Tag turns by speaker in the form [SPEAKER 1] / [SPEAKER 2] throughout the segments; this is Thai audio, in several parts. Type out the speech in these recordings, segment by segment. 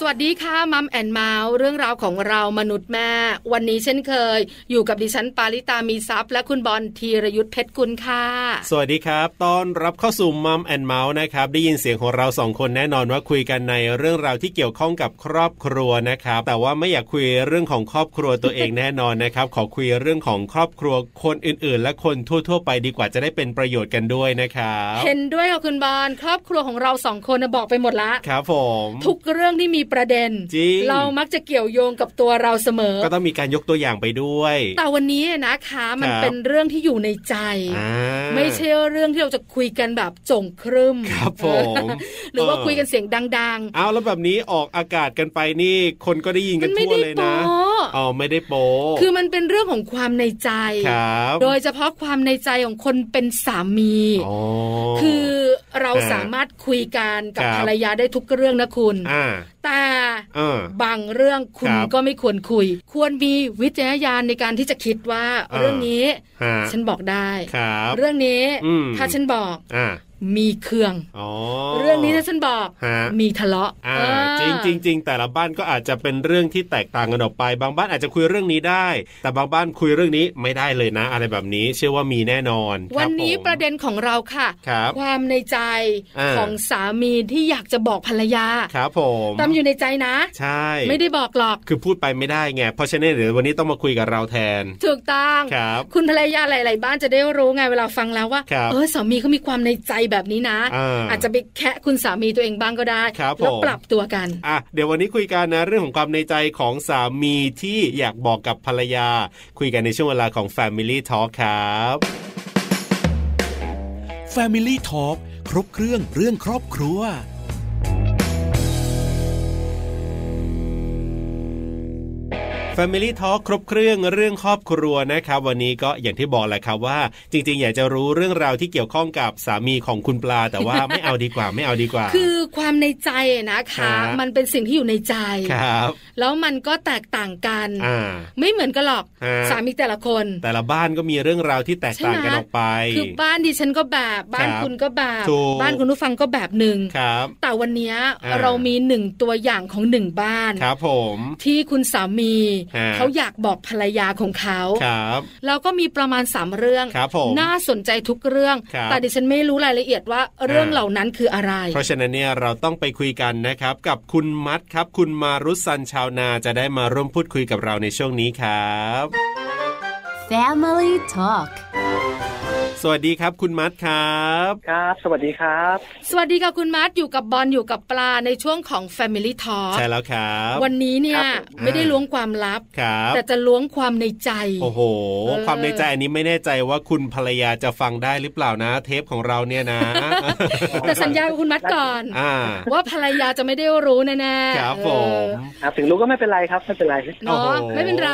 [SPEAKER 1] สวัสดีค่ะมัมแอนเมาส์เรื่องราวของเรามนุษย์แม่ วันนี้เช่นเคย อยู่กับดิฉันปาริตามีซัพย์และคุณบอลธีรยุทธเพชรกุลค่ะ
[SPEAKER 2] สวัสดีครับ ต้อนรับเข้าสู่มัมแอนเมาส์นะครับ ได้ยินเสียงของเราสองคนแน่นอนว่าคุยกันในเรื่องราวที่เกี่ยวข้องกับครอบครัวนะครับ แต่ว่าไม่อยากคุยเรื่องของครอบครัวตัวเอง แน่นอนนะครับ ขอคุยเรื่องของครอบครัวคนอื่น ๆ และคนทั่ว ๆ ไปดีกว่าจะได้เป็นประโยชน์กันด้วยนะครับ
[SPEAKER 1] เห็นด้วยค่ะคุณบอลครอบครัวของเราสองคนน่ะบอกไปหมดละ
[SPEAKER 2] ครับผม
[SPEAKER 1] ทุกเรื่องที่มีประเด็น
[SPEAKER 2] จริง
[SPEAKER 1] เรามักจะเกี่ยวโยงกับตัวเราเสมอ
[SPEAKER 2] ก็ต้องมีการยกตัวอย่างไปด้วย
[SPEAKER 1] แต่วันนี้นะคะมัน
[SPEAKER 2] ครับ
[SPEAKER 1] เป็นเรื่องที่อยู่ในใจ
[SPEAKER 2] อ่า
[SPEAKER 1] ไม่ใช่เรื่องที่เราจะคุยกันแบบจงครึม
[SPEAKER 2] ครับผม
[SPEAKER 1] หรือว่า
[SPEAKER 2] เออ
[SPEAKER 1] คุยกันเสียงดัง ๆ
[SPEAKER 2] เอาแล้วแบบนี้ออกอากาศกันไปนี่ คนก็ได้ยินกันทั่วเลยนะ
[SPEAKER 1] มันไม่ได้โป๊ะ
[SPEAKER 2] อ๋อไม่ได้โปะ
[SPEAKER 1] คือมันเป็นเรื่องของความในใจ
[SPEAKER 2] ครับ
[SPEAKER 1] โดยเฉพาะความในใจของคนเป็นสามี
[SPEAKER 2] อ๋อ
[SPEAKER 1] คือเรา
[SPEAKER 2] อ่า
[SPEAKER 1] สามารถคุยกันกับ
[SPEAKER 2] ครับ
[SPEAKER 1] ภรรยาได้ทุกเรื่องนะคุณ
[SPEAKER 2] อ่า
[SPEAKER 1] แต่
[SPEAKER 2] เออ
[SPEAKER 1] บางเรื่องคุณ
[SPEAKER 2] ครับ
[SPEAKER 1] ก็ไม่ควรคุย ควรมีวิจารณญาณในการที่จะคิดว่า
[SPEAKER 2] อ่า
[SPEAKER 1] เรื่องนี้
[SPEAKER 2] ฮะ
[SPEAKER 1] ฉันบอกได้
[SPEAKER 2] ครับ
[SPEAKER 1] เรื่องนี้
[SPEAKER 2] อืม
[SPEAKER 1] ถ้าฉันบอก
[SPEAKER 2] อ่า
[SPEAKER 1] มีเครื่อง
[SPEAKER 2] อ๋อ
[SPEAKER 1] เรื่องนี้ถ้าฉันบอก
[SPEAKER 2] ฮะ
[SPEAKER 1] มีทะเลาะ
[SPEAKER 2] อ่า
[SPEAKER 1] เออ
[SPEAKER 2] จริงจริงจริงแต่ละบ้านก็อาจจะเป็นเรื่องที่แตกต่างกันออกไป บางบ้านอาจจะคุยเรื่องนี้ได้ แต่บางบ้านคุยเรื่องนี้ไม่ได้เลยนะ อะไรแบบนี้ เชื่อว่ามีแน่นอน
[SPEAKER 1] วั
[SPEAKER 2] คนบ
[SPEAKER 1] นี้
[SPEAKER 2] ผม
[SPEAKER 1] ประเด็นของเราค่ะ
[SPEAKER 2] ครับ
[SPEAKER 1] ความในใจ
[SPEAKER 2] อ่า
[SPEAKER 1] ของสามีที่อยากจะบอกภรรยา
[SPEAKER 2] ครับผม
[SPEAKER 1] ตามอยู่ในใจนะ
[SPEAKER 2] ใช่
[SPEAKER 1] ไม่ได้บอกหรอก
[SPEAKER 2] คือพูดไปไม่ได้ไงเพราะฉะนั้นเดี๋ยววันนี้ต้องมาคุยกับเราแทน
[SPEAKER 1] ถูกต้อง
[SPEAKER 2] ครับ
[SPEAKER 1] ณภรรยาหลาย ๆ บ้านจะได้รู้ไงเวลาฟังแล้วว่า
[SPEAKER 2] ครับ
[SPEAKER 1] เออสามีเขามีความในใจแบบนี้นะ
[SPEAKER 2] อ่า
[SPEAKER 1] จจะไปแคะคุณสามีตัวเองบ้างก็ได้
[SPEAKER 2] ครับ
[SPEAKER 1] แล้ว
[SPEAKER 2] ผม
[SPEAKER 1] ปรับตัวกัน
[SPEAKER 2] อ่ะเดี๋ยววันนี้คุยกันนะเรื่องของความในใจของสามีที่อยากบอกกับภรรยา คุยกันในช่วงเวลาของ Family Talk ครับ
[SPEAKER 3] Family Talk ครบเครื่องเรื่องครอบครัว
[SPEAKER 2] Family Talk ครบเครื่องเรื่องครอบครัวนะครับ วันนี้ก็อย่างที่บอกแหละครับว่า จริง ๆ อยากจะรู้เรื่องราวที่เกี่ยวข้องกับสามีของคุณปลา แต่ว่า ไม่เอาดีกว่าไม่เอาดีกว่า
[SPEAKER 1] คือความในใจนะคะ
[SPEAKER 2] ฮะ
[SPEAKER 1] มันเป็นสิ่งที่อยู่ในใจ
[SPEAKER 2] ครับ
[SPEAKER 1] แล้วมันก็แตกต่างกัน
[SPEAKER 2] อ่า
[SPEAKER 1] ไม่เหมือนกันหรอก
[SPEAKER 2] ฮะ
[SPEAKER 1] สามีแต่ละคน
[SPEAKER 2] แต่ละบ้านก็มีเรื่องราวที่แตกต่างกัน
[SPEAKER 1] ใช่ไหม
[SPEAKER 2] ออกไป
[SPEAKER 1] คือบ้านดิฉันก็แบบบ้าน
[SPEAKER 2] ครับ
[SPEAKER 1] คุณก็แบบ
[SPEAKER 2] ถูก
[SPEAKER 1] บ้านคุณผู้ฟังก็แบบหนึ่ง
[SPEAKER 2] ครับ
[SPEAKER 1] แต่วันเนี้ย
[SPEAKER 2] อ่า
[SPEAKER 1] เรามีหนึ่งตัวอย่างของหนึ่งบ้าน
[SPEAKER 2] ครับผม
[SPEAKER 1] ที่คุณสามี
[SPEAKER 2] ฮะ
[SPEAKER 1] เขาอยากบอกภรรยาของเขา
[SPEAKER 2] ครับ
[SPEAKER 1] แล้วก็มีประมาณสามเรื่อง
[SPEAKER 2] ครับผม
[SPEAKER 1] น่าสนใจทุกเรื่อง
[SPEAKER 2] ครับ
[SPEAKER 1] แต่ดิฉันไม่รู้รายละเอียดว่าเรื่อง
[SPEAKER 2] อ่า
[SPEAKER 1] เหล่านั้นคืออะไร
[SPEAKER 2] เพราะฉะนั้นเนี่ยเราต้องไปคุยกันนะครับ กับคุณมัดครับ คุณมารุสันชาวนาจะได้มาร่วมพูดคุยกับเราในช่วงนี้ครับ
[SPEAKER 4] Family Talk
[SPEAKER 2] สวัสดีครับ คุณมัดครับ
[SPEAKER 5] ครับ สวัสดีครับ
[SPEAKER 1] สวัสดีค่ะคุณมาร์ทอยู่กับบอลอยู่กับปลาในช่วงของ Family Talk
[SPEAKER 2] ใช่แล้วครับ
[SPEAKER 1] วันนี้เนี่ย
[SPEAKER 5] ครับผม
[SPEAKER 1] ไม่ได้
[SPEAKER 2] อ่า
[SPEAKER 1] ล้วงความลับ
[SPEAKER 2] ครับ
[SPEAKER 1] แต่จะล้วงความในใจ
[SPEAKER 2] โอ้โห
[SPEAKER 1] เออ
[SPEAKER 2] ความในใจอันนี้ไม่แน่ใจว่าคุณภรรยาจะฟังได้หรือเปล่านะ เทปของเราเนี่ยนะ
[SPEAKER 1] แต่สัญญากับคุณมัดก่อน
[SPEAKER 2] อ่า
[SPEAKER 1] ว่าภรรยาจะไม่ได้รู้แน่ๆ
[SPEAKER 2] ครับผม
[SPEAKER 1] เออ
[SPEAKER 5] ครับ ถึงรู้ก็ไม่เป็นไรครับ ไม่เป็นไร
[SPEAKER 1] เนาะ
[SPEAKER 2] โอ้โห
[SPEAKER 1] ไม่เป็นไร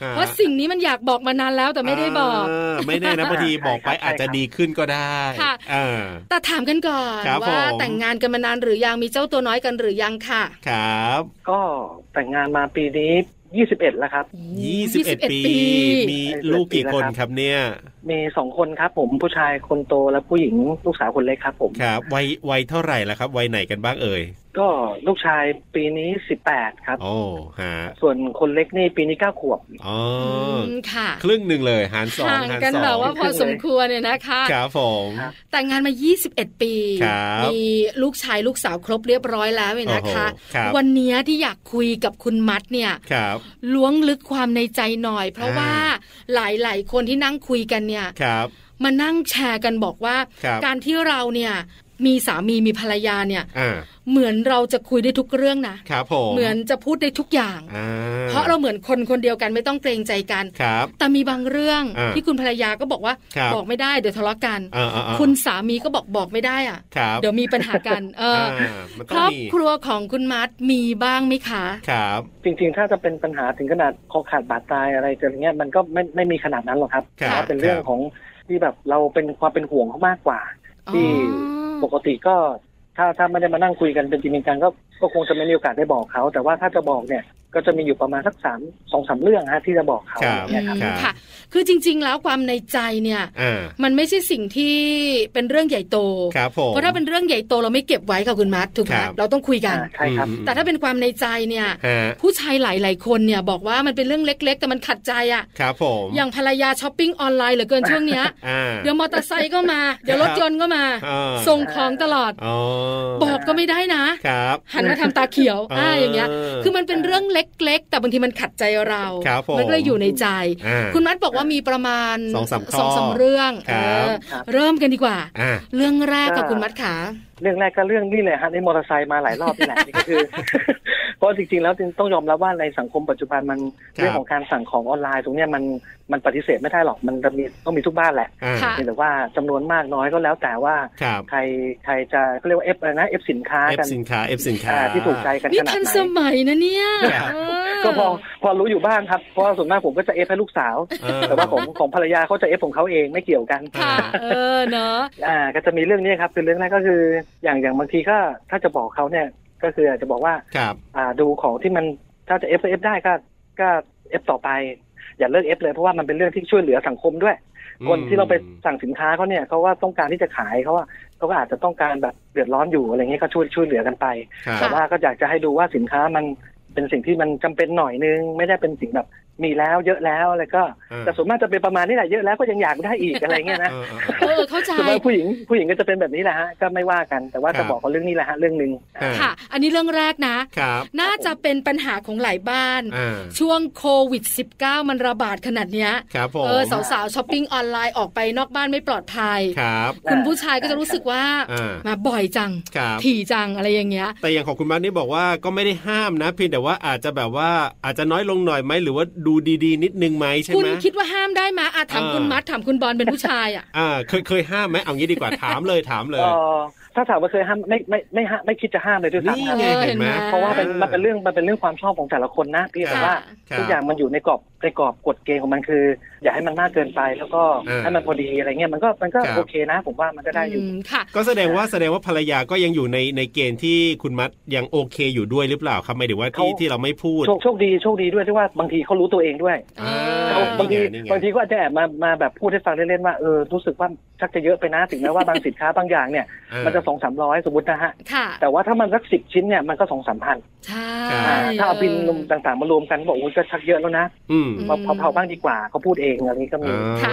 [SPEAKER 2] ครับ
[SPEAKER 1] เพราะสิ่งนี้มันอยากบอกมานานแล้วแต่ไม่ได้บอก
[SPEAKER 2] าไม่แน่ นะพอดีบอกไป
[SPEAKER 5] ใช่ครับ
[SPEAKER 2] อาจจะดีขึ้นก็ได้
[SPEAKER 1] ค่ะ
[SPEAKER 2] อ่า
[SPEAKER 1] แต่ถามกันก่อน
[SPEAKER 2] ครับ
[SPEAKER 1] ว่า
[SPEAKER 2] ผม
[SPEAKER 1] แต่งงานกันมานานหรือยังมีเจ้าตัวน้อยกันหรือยังค่ะ
[SPEAKER 2] ครับ
[SPEAKER 5] ก็แต่งงานมาปีนี้ 21 แล้วครับ
[SPEAKER 2] 21 ปี มีลูกกี่คนครับเนี่ย
[SPEAKER 5] มีสองคนครับ ผมผู้ชายคนโตและผู้หญิงลูกสาวคนเล็กครับผม
[SPEAKER 2] ครับวัยวัยเท่าไหร่ละครับวัยไหนกันบ้างเอ่ย
[SPEAKER 5] ก็ลูกชายปีนี้ 18 ครับ
[SPEAKER 2] โอ้ฮะ
[SPEAKER 5] ส่วนคนเล็กนี่ปีนี้ 9 ขวบ
[SPEAKER 2] อ๋ออ
[SPEAKER 1] มค่ะ
[SPEAKER 2] ครึ่งหนึ่งเลยหารสอง
[SPEAKER 1] ห่าง
[SPEAKER 2] หาร
[SPEAKER 1] กัน
[SPEAKER 2] สอ
[SPEAKER 1] แบบ
[SPEAKER 2] ง
[SPEAKER 1] ว่าพอสมควรเนี่ยนะคะ
[SPEAKER 2] ครับผม
[SPEAKER 5] ครับ
[SPEAKER 1] แต่งงานมา 21 ปี
[SPEAKER 2] ครับ
[SPEAKER 1] มีลูกชายลูกสาวครบเรียบร้อยแล้วเนี่ยนะคะ
[SPEAKER 2] โอ้โหครับ
[SPEAKER 1] วันเนี้ยที่อยากคุยกับคุณมัดเนี่ย
[SPEAKER 2] ครับ
[SPEAKER 1] ล้วงลึกความในใจหน่อย เพราะ
[SPEAKER 2] อ่า
[SPEAKER 1] ว่าหลาย ๆ คนที่นั่งคุยกันเนี่ย
[SPEAKER 2] ครับ
[SPEAKER 1] มานั่งแชร์กันบอกว่า
[SPEAKER 2] ครับ
[SPEAKER 1] การที่เราเนี่ยมีสามีมีภรรยาเนี่ย
[SPEAKER 2] อ่า
[SPEAKER 1] เหมือนเราจะคุยได้ทุกเรื่องนะ
[SPEAKER 2] ครับผม
[SPEAKER 1] เหมือนจะพูดได้ทุกอย่าง
[SPEAKER 2] อ่า
[SPEAKER 1] เพราะเราเหมือนคนคนเดียวกันไม่ต้องเกรงใจกัน
[SPEAKER 2] ครับ
[SPEAKER 1] แต่มีบางเรื่อง
[SPEAKER 2] อ่า
[SPEAKER 1] ที่คุณภรรยาก็บอกว่า
[SPEAKER 2] ครับ
[SPEAKER 1] บอกไม่ได้เดี๋ยวทะเลาะกัน
[SPEAKER 2] อ่าอ่าอ่า
[SPEAKER 1] คุณสามีก็บอกบอกไม่ได้อ่ะ
[SPEAKER 2] ครับ
[SPEAKER 1] เดี๋ยวมีปัญหากัน เอออา
[SPEAKER 2] มัน
[SPEAKER 1] ค
[SPEAKER 2] ต้
[SPEAKER 1] ร
[SPEAKER 2] อ
[SPEAKER 1] อ
[SPEAKER 2] ง
[SPEAKER 1] บ
[SPEAKER 2] มี
[SPEAKER 1] ครัวของคุณมาร์ทมีบ้างไหมคะ
[SPEAKER 2] ครับ
[SPEAKER 5] จริงๆ ถ้าจะเป็นปัญหาถึงขนาดคอขาดบาดตายอะไรจะเงี้ยมันก็ไม่ไม่มีขนาดนั้นหรอกครับ
[SPEAKER 2] ครับ
[SPEAKER 5] แต่ว่าเป็นเรื่องของที่แบบเราเป็นความเป็นห่วงเขามากกว่า ที่ ปกติก็ถ้าถ้าไม่ได้มานั่งคุยกันเป็นจริงเป็นจังก็ก็คงจะไม่มีโอกาสได้บอกเขา แต่ว่าถ้าจะบอกเนี่ย ก็จะมีอยู่ประมาณสักสามสองสามเรื่องฮะที่จะบอกเขา
[SPEAKER 2] ครับ
[SPEAKER 5] อย่างเงี้ยค
[SPEAKER 2] ครั
[SPEAKER 5] รับ
[SPEAKER 2] บ
[SPEAKER 1] ค่ะ คือจริง ๆ แล้วความในใจเนี่ย
[SPEAKER 2] อ่า
[SPEAKER 1] มันไม่ใช่สิ่งที่เป็นเรื่องใหญ่โต
[SPEAKER 2] ครับผม
[SPEAKER 1] เพราะถ้าเป็นเรื่องใหญ่โตเราไม่เก็บไว้ค่ะคุณมัดถูกไหม
[SPEAKER 2] ครับ
[SPEAKER 1] เราต้องคุยกัน
[SPEAKER 5] อ่าใช่ครับ
[SPEAKER 2] อืม
[SPEAKER 1] แต่ถ้าเป็นความในใจเนี่ย
[SPEAKER 2] ฮะ
[SPEAKER 1] ผู้ชายหลาย ๆ คนเนี่ยบอกว่ามันเป็นเรื่องเล็ก ๆ แต่มันขัดใจอะ่ะ
[SPEAKER 2] ครับผม
[SPEAKER 1] อย่างภรรยาช้อปปิ้งออนไลน์เหลือเกินช่วงเนี้ย
[SPEAKER 2] อ่า
[SPEAKER 1] เดี๋ยวมอเตอร์ไซค์ก็มา เดี๋ยวรถยนต์ก็มา
[SPEAKER 2] อ่า
[SPEAKER 1] ส่งของตลอด
[SPEAKER 2] อ๋อ
[SPEAKER 1] บอกก็ไม่ได้นะ
[SPEAKER 2] ครับ
[SPEAKER 1] หันมาทำตาเขียว อ่าอย่างเงี้ย
[SPEAKER 2] เออ
[SPEAKER 1] คือมันเป็นเรื่องเล็ก ๆ แต่บางทีมันขัดใจเรา
[SPEAKER 2] ครับผม
[SPEAKER 1] มันก็เลยอยู่ในใจ
[SPEAKER 2] อ่า
[SPEAKER 1] คุณมัดบอกว่ามีประมาณ
[SPEAKER 2] สองสามข้อ
[SPEAKER 1] สองสามเรื่อง
[SPEAKER 2] ครับ
[SPEAKER 1] เออ
[SPEAKER 5] ครับ
[SPEAKER 1] เริ่มกันดีกว่า
[SPEAKER 2] อ่า
[SPEAKER 1] เรื่องแรกกับ
[SPEAKER 5] ก็
[SPEAKER 1] คุณมัดขา
[SPEAKER 5] เรื่องแรกก็เรื่องนี่เลยฮะในมอเตอร์ไซค์มาหลายรอบนี่แหละ นี่ก็คือ เพราะจริงๆแล้วต้องยอมรับว่าในสังคมปัจจุบันมัน
[SPEAKER 2] ครับ
[SPEAKER 5] เรื่องของการสั่งของออนไลน์ตรงเนี้ยมันมันปฏิเสธไม่ได้หรอกมันจะมีต้องมีทุกบ้านแหละ
[SPEAKER 2] อ่า
[SPEAKER 1] ค่ะ
[SPEAKER 5] เพียงแต่ว่าจำนวนมากน้อยก็แล้วแต่ว่า
[SPEAKER 2] ครับ
[SPEAKER 5] ใครใครจะเขาเรียกว่าเอฟอะไรนะเอฟสินค้า
[SPEAKER 2] เอฟ
[SPEAKER 5] กัน
[SPEAKER 2] สินค้าเอฟสินค้า
[SPEAKER 5] อ่าที่ถูกใจกัน
[SPEAKER 1] นี่
[SPEAKER 5] ขนาด
[SPEAKER 1] ทัน
[SPEAKER 5] ไห
[SPEAKER 1] ส
[SPEAKER 5] น
[SPEAKER 1] มัยนะเนี่ย
[SPEAKER 2] ครับ
[SPEAKER 1] เอ
[SPEAKER 5] ก็พอพอรู้อยู่บ้างครับเพราะว่าส่วนมากผมก็จะเอฟให้ลูกสาว
[SPEAKER 2] เออ
[SPEAKER 5] แต่ว่าของของภรรยาเขาจะเอฟของเขาเองไม่เกี่ยวกัน
[SPEAKER 1] ค่ะ เออเนอะ
[SPEAKER 5] อ่าก็จะมีเรื่องนี้ครับคือเรื่องแรกก็คืออย่างอย่างบางทีก็ถ้าจะบอกเขาเนี่ยก็คืออาจจะบอกว่า
[SPEAKER 2] ครับ
[SPEAKER 5] อ่าดูของที่มันถ้าจะเอฟเอฟได้ก็ก็เอฟต่อไป อย่าเลิกเอฟเลยเพราะว่ามันเป็นเรื่องที่ช่วยเหลือสังคมด้วย คนที่เราไปสั่งสินค้าเขาเนี่ยเขาว่าต้องการที่จะขายเขาว่าเขาก็อาจจะต้องการแบบเดือดร้อนอยู่อะไรเงี้ยก็ช่วยช่วยเหลือกันไป
[SPEAKER 2] ครับ
[SPEAKER 5] แต่ว่าก็อยากจะให้ดูว่าสินค้ามันเป็นสิ่งที่มันจำเป็นหน่อยนึง ไม่ได้เป็นสิ่งแบบมีแล้วเยอะแล้วอะไรก็
[SPEAKER 2] อ่า
[SPEAKER 5] แต่ส่วนมากจะเป็นประมาณนี้แหละเยอะแล้วก็ยังอยากได้อีกอะไรเงี้ยนะ
[SPEAKER 2] เออเออ
[SPEAKER 1] เออเข้าใจ
[SPEAKER 5] ส่วนมากผู้หญิงผู้หญิงก็จะเป็นแบบนี้แหละฮะก็ไม่ว่ากันแต่ว่า
[SPEAKER 2] ครั
[SPEAKER 5] จะ
[SPEAKER 2] บ
[SPEAKER 5] บอกว่าเรื่องนี้แหละฮะเรื่องหนึ่ง
[SPEAKER 2] เออ
[SPEAKER 1] ค่ะ อันนี้เรื่องแรกนะ
[SPEAKER 2] ครับ
[SPEAKER 1] น่าจะเป็นปัญหาของหลายบ้าน
[SPEAKER 2] อ่า
[SPEAKER 1] ช่วงโควิด -19 มันระบาดขนาดเนี้ย
[SPEAKER 2] ครับผม
[SPEAKER 1] เออสาวๆช้อปปิ้งออนไลน์ออกไปนอกบ้านไม่ปลอดภัย
[SPEAKER 2] ครับ
[SPEAKER 1] คุณผู้ชายก็จะรู้สึกว่า
[SPEAKER 2] อ่า
[SPEAKER 1] มาบ่อยจัง
[SPEAKER 2] ครับ
[SPEAKER 1] ถี่จังอะไรอย่างเงี้ย
[SPEAKER 2] แต่อย่างของคุณบ้านนี่บอกว่าก็ไม่ได้ห้ามนะเพียงแต่ว่าอาจจะแบบว่าอาจจะน้อยลงหน่อยไหมหรือว่าดูดีๆ นิดนึงไหมใช่ไหม
[SPEAKER 1] คุณคิดว่าห้ามได้ไหมยอาถาม
[SPEAKER 2] เออ
[SPEAKER 1] คุณมัดถามคุณบอลเป็นผู้ชายอ่ะ
[SPEAKER 2] อ่าเคยเคยห้ามไหมเอางี้ดีกว่า ถามเลยถามเลย
[SPEAKER 5] เอ่อถ้าถามว่าเคยห้ามไม่ไม่ไม่ห้ามไม่คิดจะห้ามเลยด้วยซ้ำ
[SPEAKER 2] นี่
[SPEAKER 5] ครับ
[SPEAKER 2] ไง
[SPEAKER 1] เออ
[SPEAKER 2] เห็นไหม
[SPEAKER 1] เห็นไหม
[SPEAKER 5] เพราะว่าเป็นมันเป็นเรื่องมันเป็นเรื่องความชอบของแต่ละคนนะพี่
[SPEAKER 2] ครั
[SPEAKER 5] แต่
[SPEAKER 2] บ
[SPEAKER 5] ว่า
[SPEAKER 2] ครับ
[SPEAKER 5] ทุกอย่างมันอยู่ในกรอบในกรอบกฎเกณฑ์ของมันคือ อย่าให้มันมากเกินไป แล้วก็
[SPEAKER 2] เออ
[SPEAKER 5] ให้มันพอดีอะไรเงี้ยมันก็มันก็
[SPEAKER 2] ครับ
[SPEAKER 5] โอเคนะ ผมว่ามันก็ได้อยู่
[SPEAKER 1] อืมค่ะ
[SPEAKER 2] ก็แสดงว่าแสดงว่าภรรยาก็ยังอยู่ในในเกณฑ์ที่คุณมัดยังโอเคอยู่ด้วยหรือเปล่าครับไม่ถือว่าที่
[SPEAKER 5] เขา
[SPEAKER 2] ที่เราไม่พูด
[SPEAKER 5] โชคโชคดีโชคดีด้วยที่ว่าบางทีเขารู้ตัวเองด้วย
[SPEAKER 2] อ่
[SPEAKER 1] เออ
[SPEAKER 5] บางที
[SPEAKER 2] นี่ไ
[SPEAKER 5] บางทีก็อาจจะแอบมามาแบบพูดให้ฟังเล่นๆว่าเออรู้สึกว่าชักจะเยอะไปนะถึงแม้ว่าบางสินค้าบางอย่างเนี่ย
[SPEAKER 2] อ่า
[SPEAKER 5] มันจะสองสามร้อยสมมตินะฮะ
[SPEAKER 1] ค่ะ
[SPEAKER 5] แต่ว่าถ้ามันสักสิบชิ้นเนี่ยมันก็สองสามพัน
[SPEAKER 1] ใช่
[SPEAKER 2] อ่
[SPEAKER 5] ถ้าเอาบินรวม
[SPEAKER 1] กัน
[SPEAKER 5] ต่างๆมารวมกันบอกว่าก็ชักเยอะแล้วนะ
[SPEAKER 2] อืม
[SPEAKER 5] มา
[SPEAKER 1] อืม
[SPEAKER 5] เผาๆบ้างดีกว่าเขาพูดเองอะไรนี้ก็มี
[SPEAKER 2] อ่า
[SPEAKER 1] ค่ะ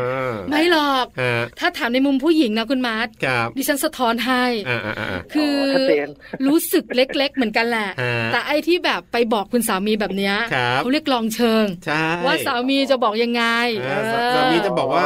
[SPEAKER 1] ไม่หรอก
[SPEAKER 2] ฮะ
[SPEAKER 1] ถ้าถามในมุมผู้หญิงนะคุณมาร์ท
[SPEAKER 2] ครับ
[SPEAKER 1] ดิฉันสะท้อนให้
[SPEAKER 2] อ่าอ่าอ่า
[SPEAKER 1] คือ
[SPEAKER 5] ชัดเจน
[SPEAKER 1] รู้สึกเล็ก ๆ เหมือนกันแหละ
[SPEAKER 2] ฮะ
[SPEAKER 1] แต่ไอ้ที่แบบไปบอกคุณสามีแบบเนี้ย
[SPEAKER 2] ครับ
[SPEAKER 1] เขาเรียกลองเชิง
[SPEAKER 2] ใช่
[SPEAKER 1] ว่าสามีจะบอกยังไง
[SPEAKER 2] อ่า
[SPEAKER 1] เออ
[SPEAKER 2] สามีจะบอกว่า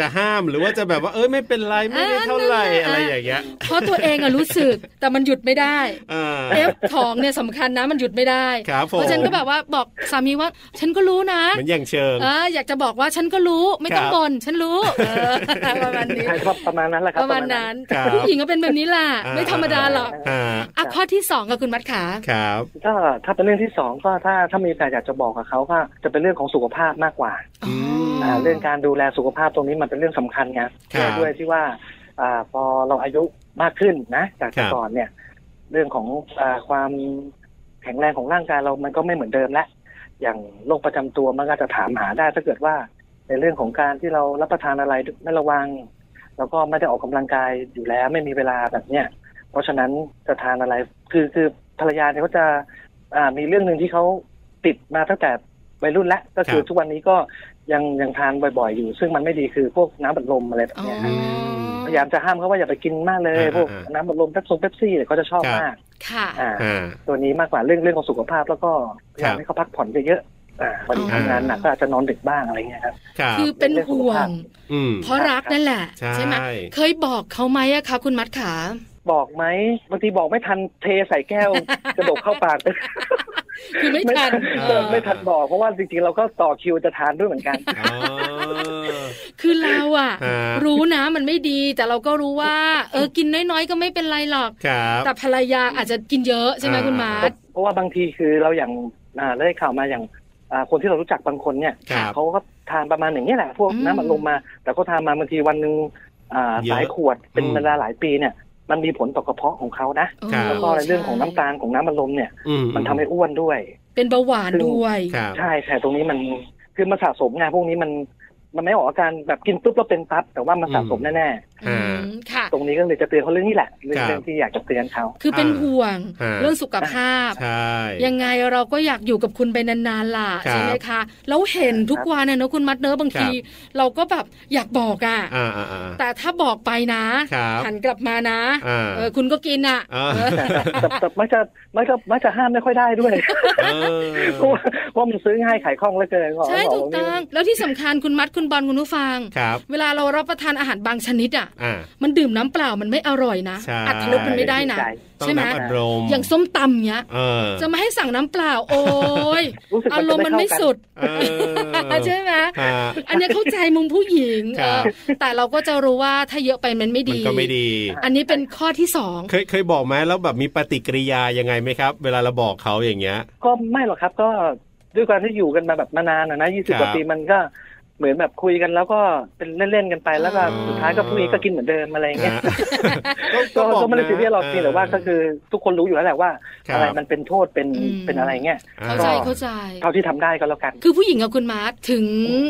[SPEAKER 2] จะห้ามหรือว่าจะแบบว่าเอ้ยไม่เป็นไรไม่ได้เท่าไหร่
[SPEAKER 1] เออนั่นน่ะ
[SPEAKER 2] อะไรอย่างเงี้ย
[SPEAKER 1] เพราะตัวเองอะรู้สึก แต่มันหยุดไม่ได้
[SPEAKER 2] อ่า
[SPEAKER 1] เอฟของเนี่ยสำคัญนะมันหยุดไม่ได้
[SPEAKER 2] ครับผม
[SPEAKER 1] เพราะฉันก็แบบว่าบอกสามีว่า ฉันก็รู้นะ
[SPEAKER 2] เหมือนอย่างเชิง
[SPEAKER 1] เอออยากจะบอกว่าฉันก็รู้ไม่ต้อง
[SPEAKER 2] ครับ
[SPEAKER 1] บ่นฉันรู้เออประมาณนี้
[SPEAKER 5] ใช่ครับประมาณนั้นแหละครั
[SPEAKER 1] ป
[SPEAKER 5] บ
[SPEAKER 1] ระมาณนั้น
[SPEAKER 2] ครับ
[SPEAKER 1] ผู้หญิงก็เป็นแบบนี้แหละ
[SPEAKER 2] อ่า
[SPEAKER 1] ไม่ธรรมดาหรอก
[SPEAKER 2] อ่า
[SPEAKER 1] อ่ะข้อที่สองกับคุณมัดขา
[SPEAKER 2] ครับ
[SPEAKER 5] ก็ถ้าเป็นเรื่องที่สองก็ถ้าถ้ามีแต่อยากจะบอกกับเขาก็จะเป็นเรื่องของสุขภาพมากกว่า
[SPEAKER 2] อืม
[SPEAKER 5] อ่าเรื่องการดูแลสุขภาพตรงนี้มันเป็นเรื่องสำคัญไง
[SPEAKER 2] ครับ
[SPEAKER 5] ด้วยที่ว่าอ่าพอเราอายุมากขึ้นนะจากแต่ก่อนเนี่ย เรื่องของอาความแข็งแรงของร่างกายเรามันก็ไม่เหมือนเดิมแล้วอย่างโรคประจำตัวมันก็จะถามหาได้ ถ้าเกิดว่าในเรื่องของการที่เรารับประทานอะไรไม่ระวัง แล้วก็ไม่ได้ออกกำลังกายอยู่แล้วไม่มีเวลาแบบเนี้ยเพราะฉะนั้นจะทานอะไร คือคือภรรยาเนี่ยเขาจะอ่ามีเรื่องหนึ่งที่เขาติดมาตั้งแต่วัยรุ่นแล้วก็คือ
[SPEAKER 2] ครับ
[SPEAKER 5] ทุกวันนี้ก็ยังยังทานบ่อย ๆ อยู่ ซึ่งมันไม่ดีคือพวกน้ำบัดลมอะไรแบบเนี้ย
[SPEAKER 1] อ๋อ
[SPEAKER 5] พยายามจะห้ามเขาว่าอย่าไปกินมากเลย
[SPEAKER 2] อ่า
[SPEAKER 5] พวก
[SPEAKER 2] อ่า
[SPEAKER 5] น้ำบัดลมเป๊ปซงเป๊ปซี่เนี่ยเขาจะชอบ
[SPEAKER 2] ครับ
[SPEAKER 5] มาก
[SPEAKER 1] ค่ะ
[SPEAKER 5] อ่า
[SPEAKER 2] อ่า
[SPEAKER 5] ตัวนี้มากกว่าเรื่องเรื่องของสุขภาพแล้วก็พ
[SPEAKER 2] ค
[SPEAKER 5] ยายา
[SPEAKER 2] รั
[SPEAKER 5] ม
[SPEAKER 2] บ
[SPEAKER 5] ให้เขาพักผ่อนเยอะๆอ่าวันนี้
[SPEAKER 1] อ๋อ
[SPEAKER 5] ทำงานหนักก็อาจจะนอนดึกบ้างอะไรเงี้ยครับ
[SPEAKER 2] ครับ
[SPEAKER 1] คือเป็นห่วง
[SPEAKER 2] อืม
[SPEAKER 1] เพราะรักนั่นแหละ
[SPEAKER 2] ใช่
[SPEAKER 1] ไหมเคยบอกเขาไหมอะคะคุณมัดขา
[SPEAKER 5] บอกไหมบางทีบอกไม่ทันเทใส่แก้ว กระดกเข้าปากไป
[SPEAKER 1] คือไม่ทัน
[SPEAKER 2] เออ
[SPEAKER 5] เออไม่ทันบอกเพราะว่าจริงๆเราก็ต่อคิวจะทานด้วยเหมือนกัน
[SPEAKER 2] อ๋อ
[SPEAKER 1] คือเราอะ
[SPEAKER 2] ฮะ
[SPEAKER 1] รู้นะมันไม่ดีแต่เราก็รู้ว่า เออกินน้อยๆ ก็ไม่เป็นไรหรอก
[SPEAKER 2] ครับ
[SPEAKER 1] แต่ภรรยาอาจจะกินเยอะใช่ไหม
[SPEAKER 2] อ่า
[SPEAKER 1] คุณมาร์ท
[SPEAKER 5] เพราะว่าบางทีคือเราอย่างอ่าได้ข่าวมาอย่างอ่าคนที่เรารู้จักบางคนเนี่ย
[SPEAKER 2] ครับ
[SPEAKER 5] เขาก็ทานประมาณอย่างนี้ยแหละ พวก
[SPEAKER 1] อืม
[SPEAKER 5] น้ำมันลมมา แต่เขาทานมาบางทีวันหนึ่งอ่า
[SPEAKER 2] เยอะ
[SPEAKER 5] สายขวดเป็น
[SPEAKER 2] อืม
[SPEAKER 5] เวลาหลายปีเนี่ย มันมีผลต่อกระเพาะของเขานะ
[SPEAKER 1] โอ้
[SPEAKER 2] ครับ
[SPEAKER 5] แล้วก็ในเรื่องของน้ำตาลของน้ำมันลมเนี่ย
[SPEAKER 2] อื
[SPEAKER 5] มันทำให้อ้วนด้วย
[SPEAKER 1] เป็นเบาหวานด้วย
[SPEAKER 2] ครับ
[SPEAKER 5] ใช่แต่ตรงนี้มันคือมันสะสมไงพวกนี้มันมันไม่ออกอาการแบบกินปุ๊บแล้วเป็นปั๊บแต่ว่ามันสะสมแน่
[SPEAKER 1] อืมค่ะ
[SPEAKER 5] ๆตรงนี้ก็เลยจะเตือนเขาเรื่องนี้แหละเรื่อง
[SPEAKER 2] ครับ
[SPEAKER 5] เรื่องที่อยากจะเตือนเขา
[SPEAKER 1] คือเป็นห่วง
[SPEAKER 2] ฮะ
[SPEAKER 1] เรื่องสุขภาพ
[SPEAKER 2] ใช่
[SPEAKER 1] ยังไงเราก็อยากอยู่กับคุณไปนานๆล่ะ
[SPEAKER 2] ครับ
[SPEAKER 1] ใช่ไหมคะแล้วเห็นทุกวันนะเนอะคุณมัดเนอะบางที
[SPEAKER 2] ครับ
[SPEAKER 1] เราก็แบบอยากบอกอะ
[SPEAKER 2] อ่าอ่าอ่า
[SPEAKER 1] แต่ถ้าบอกไปนะครับ หันกลับมานะ
[SPEAKER 2] อ่า
[SPEAKER 1] เออคุณก็กินอ่ะ
[SPEAKER 2] อ่า
[SPEAKER 1] เออ
[SPEAKER 5] แต่แต่แต่มักจะมักจะมักจะห้ามไม่ค่อยได้ด้วย
[SPEAKER 2] เออ
[SPEAKER 5] เพราะว่าเพราะมันซื้อง่ายขายคล่องเหลือเกิน
[SPEAKER 1] ใช่
[SPEAKER 5] บ
[SPEAKER 1] ถูก
[SPEAKER 5] ว่า
[SPEAKER 1] ต้อง แล้วที่สำคัญคุณมัดคุณบอลคุณผู้ฟัง
[SPEAKER 2] ครับ
[SPEAKER 1] เวลาเรารับประทานอาหารบางชนิดอ่ะ
[SPEAKER 2] อ่า
[SPEAKER 1] มันดื่มน้ำเปล่ามันไม่อร่อยนะ
[SPEAKER 2] ใช่
[SPEAKER 1] อัดทลุมันไม่ได้นะ
[SPEAKER 5] ใจ
[SPEAKER 2] ต้อง
[SPEAKER 1] ใช่ไหม
[SPEAKER 2] น้ำอัดลม
[SPEAKER 1] อย่างส้มตำเนี้ย
[SPEAKER 2] เออ
[SPEAKER 1] จะมาให้สั่งน้ำเปล่าโอ้ย
[SPEAKER 5] รู้สึก
[SPEAKER 1] อารมณ์มันไม่
[SPEAKER 5] จะเข้ากั
[SPEAKER 1] สุด
[SPEAKER 2] เออ
[SPEAKER 1] ใช่ไหม
[SPEAKER 2] ฮะ
[SPEAKER 1] อันเนี้ยเข้าใจมุมผู้หญิง
[SPEAKER 2] ครับ
[SPEAKER 1] เออแต่เราก็จะรู้ว่าถ้าเยอะไปมันไม่
[SPEAKER 2] มัน
[SPEAKER 1] ดี
[SPEAKER 2] ก็ไม่ดี
[SPEAKER 1] อันนี้เป็นข้อที่สอง
[SPEAKER 2] เคยเคยบอกไหมแล้วแบบมีปฏิกิริยายังไงไหมครับ เวลาเราบอกเขาอย่างเงี้ย
[SPEAKER 5] ก็ไม่หรอกครับก็ด้วยการที่อยู่กันมาแบบมานานอะนะยี่สิ
[SPEAKER 2] ค
[SPEAKER 5] บ
[SPEAKER 2] รับ
[SPEAKER 5] กว่าปีมันก็เหมือนแบบคุยกันแล้วก็เป็นเล่นๆกันไปแล้วก็
[SPEAKER 2] อ๋อ
[SPEAKER 5] สุดท้ายก็พรุ่งนี้ก็กินเหมือนเดิมอะไรอย่างเงี้ย
[SPEAKER 2] ฮะ
[SPEAKER 5] ก็ก็ไม่ได้
[SPEAKER 2] นะ
[SPEAKER 5] ซีเรียสหรอกเพียงแต่ว่าก็คือทุกคนรู้อยู่แล้วแหละว่า
[SPEAKER 2] คบ
[SPEAKER 5] อะไรมันเป็นโทษเป็นเป็นอะไรเงี้ย
[SPEAKER 2] อ่
[SPEAKER 1] เข้าใจ
[SPEAKER 5] ก็
[SPEAKER 1] เข้าใจ
[SPEAKER 5] เท่าที่ทำได้ก็แล้วกัน
[SPEAKER 1] คือผู้หญิงกับคุณมาร์ทถึง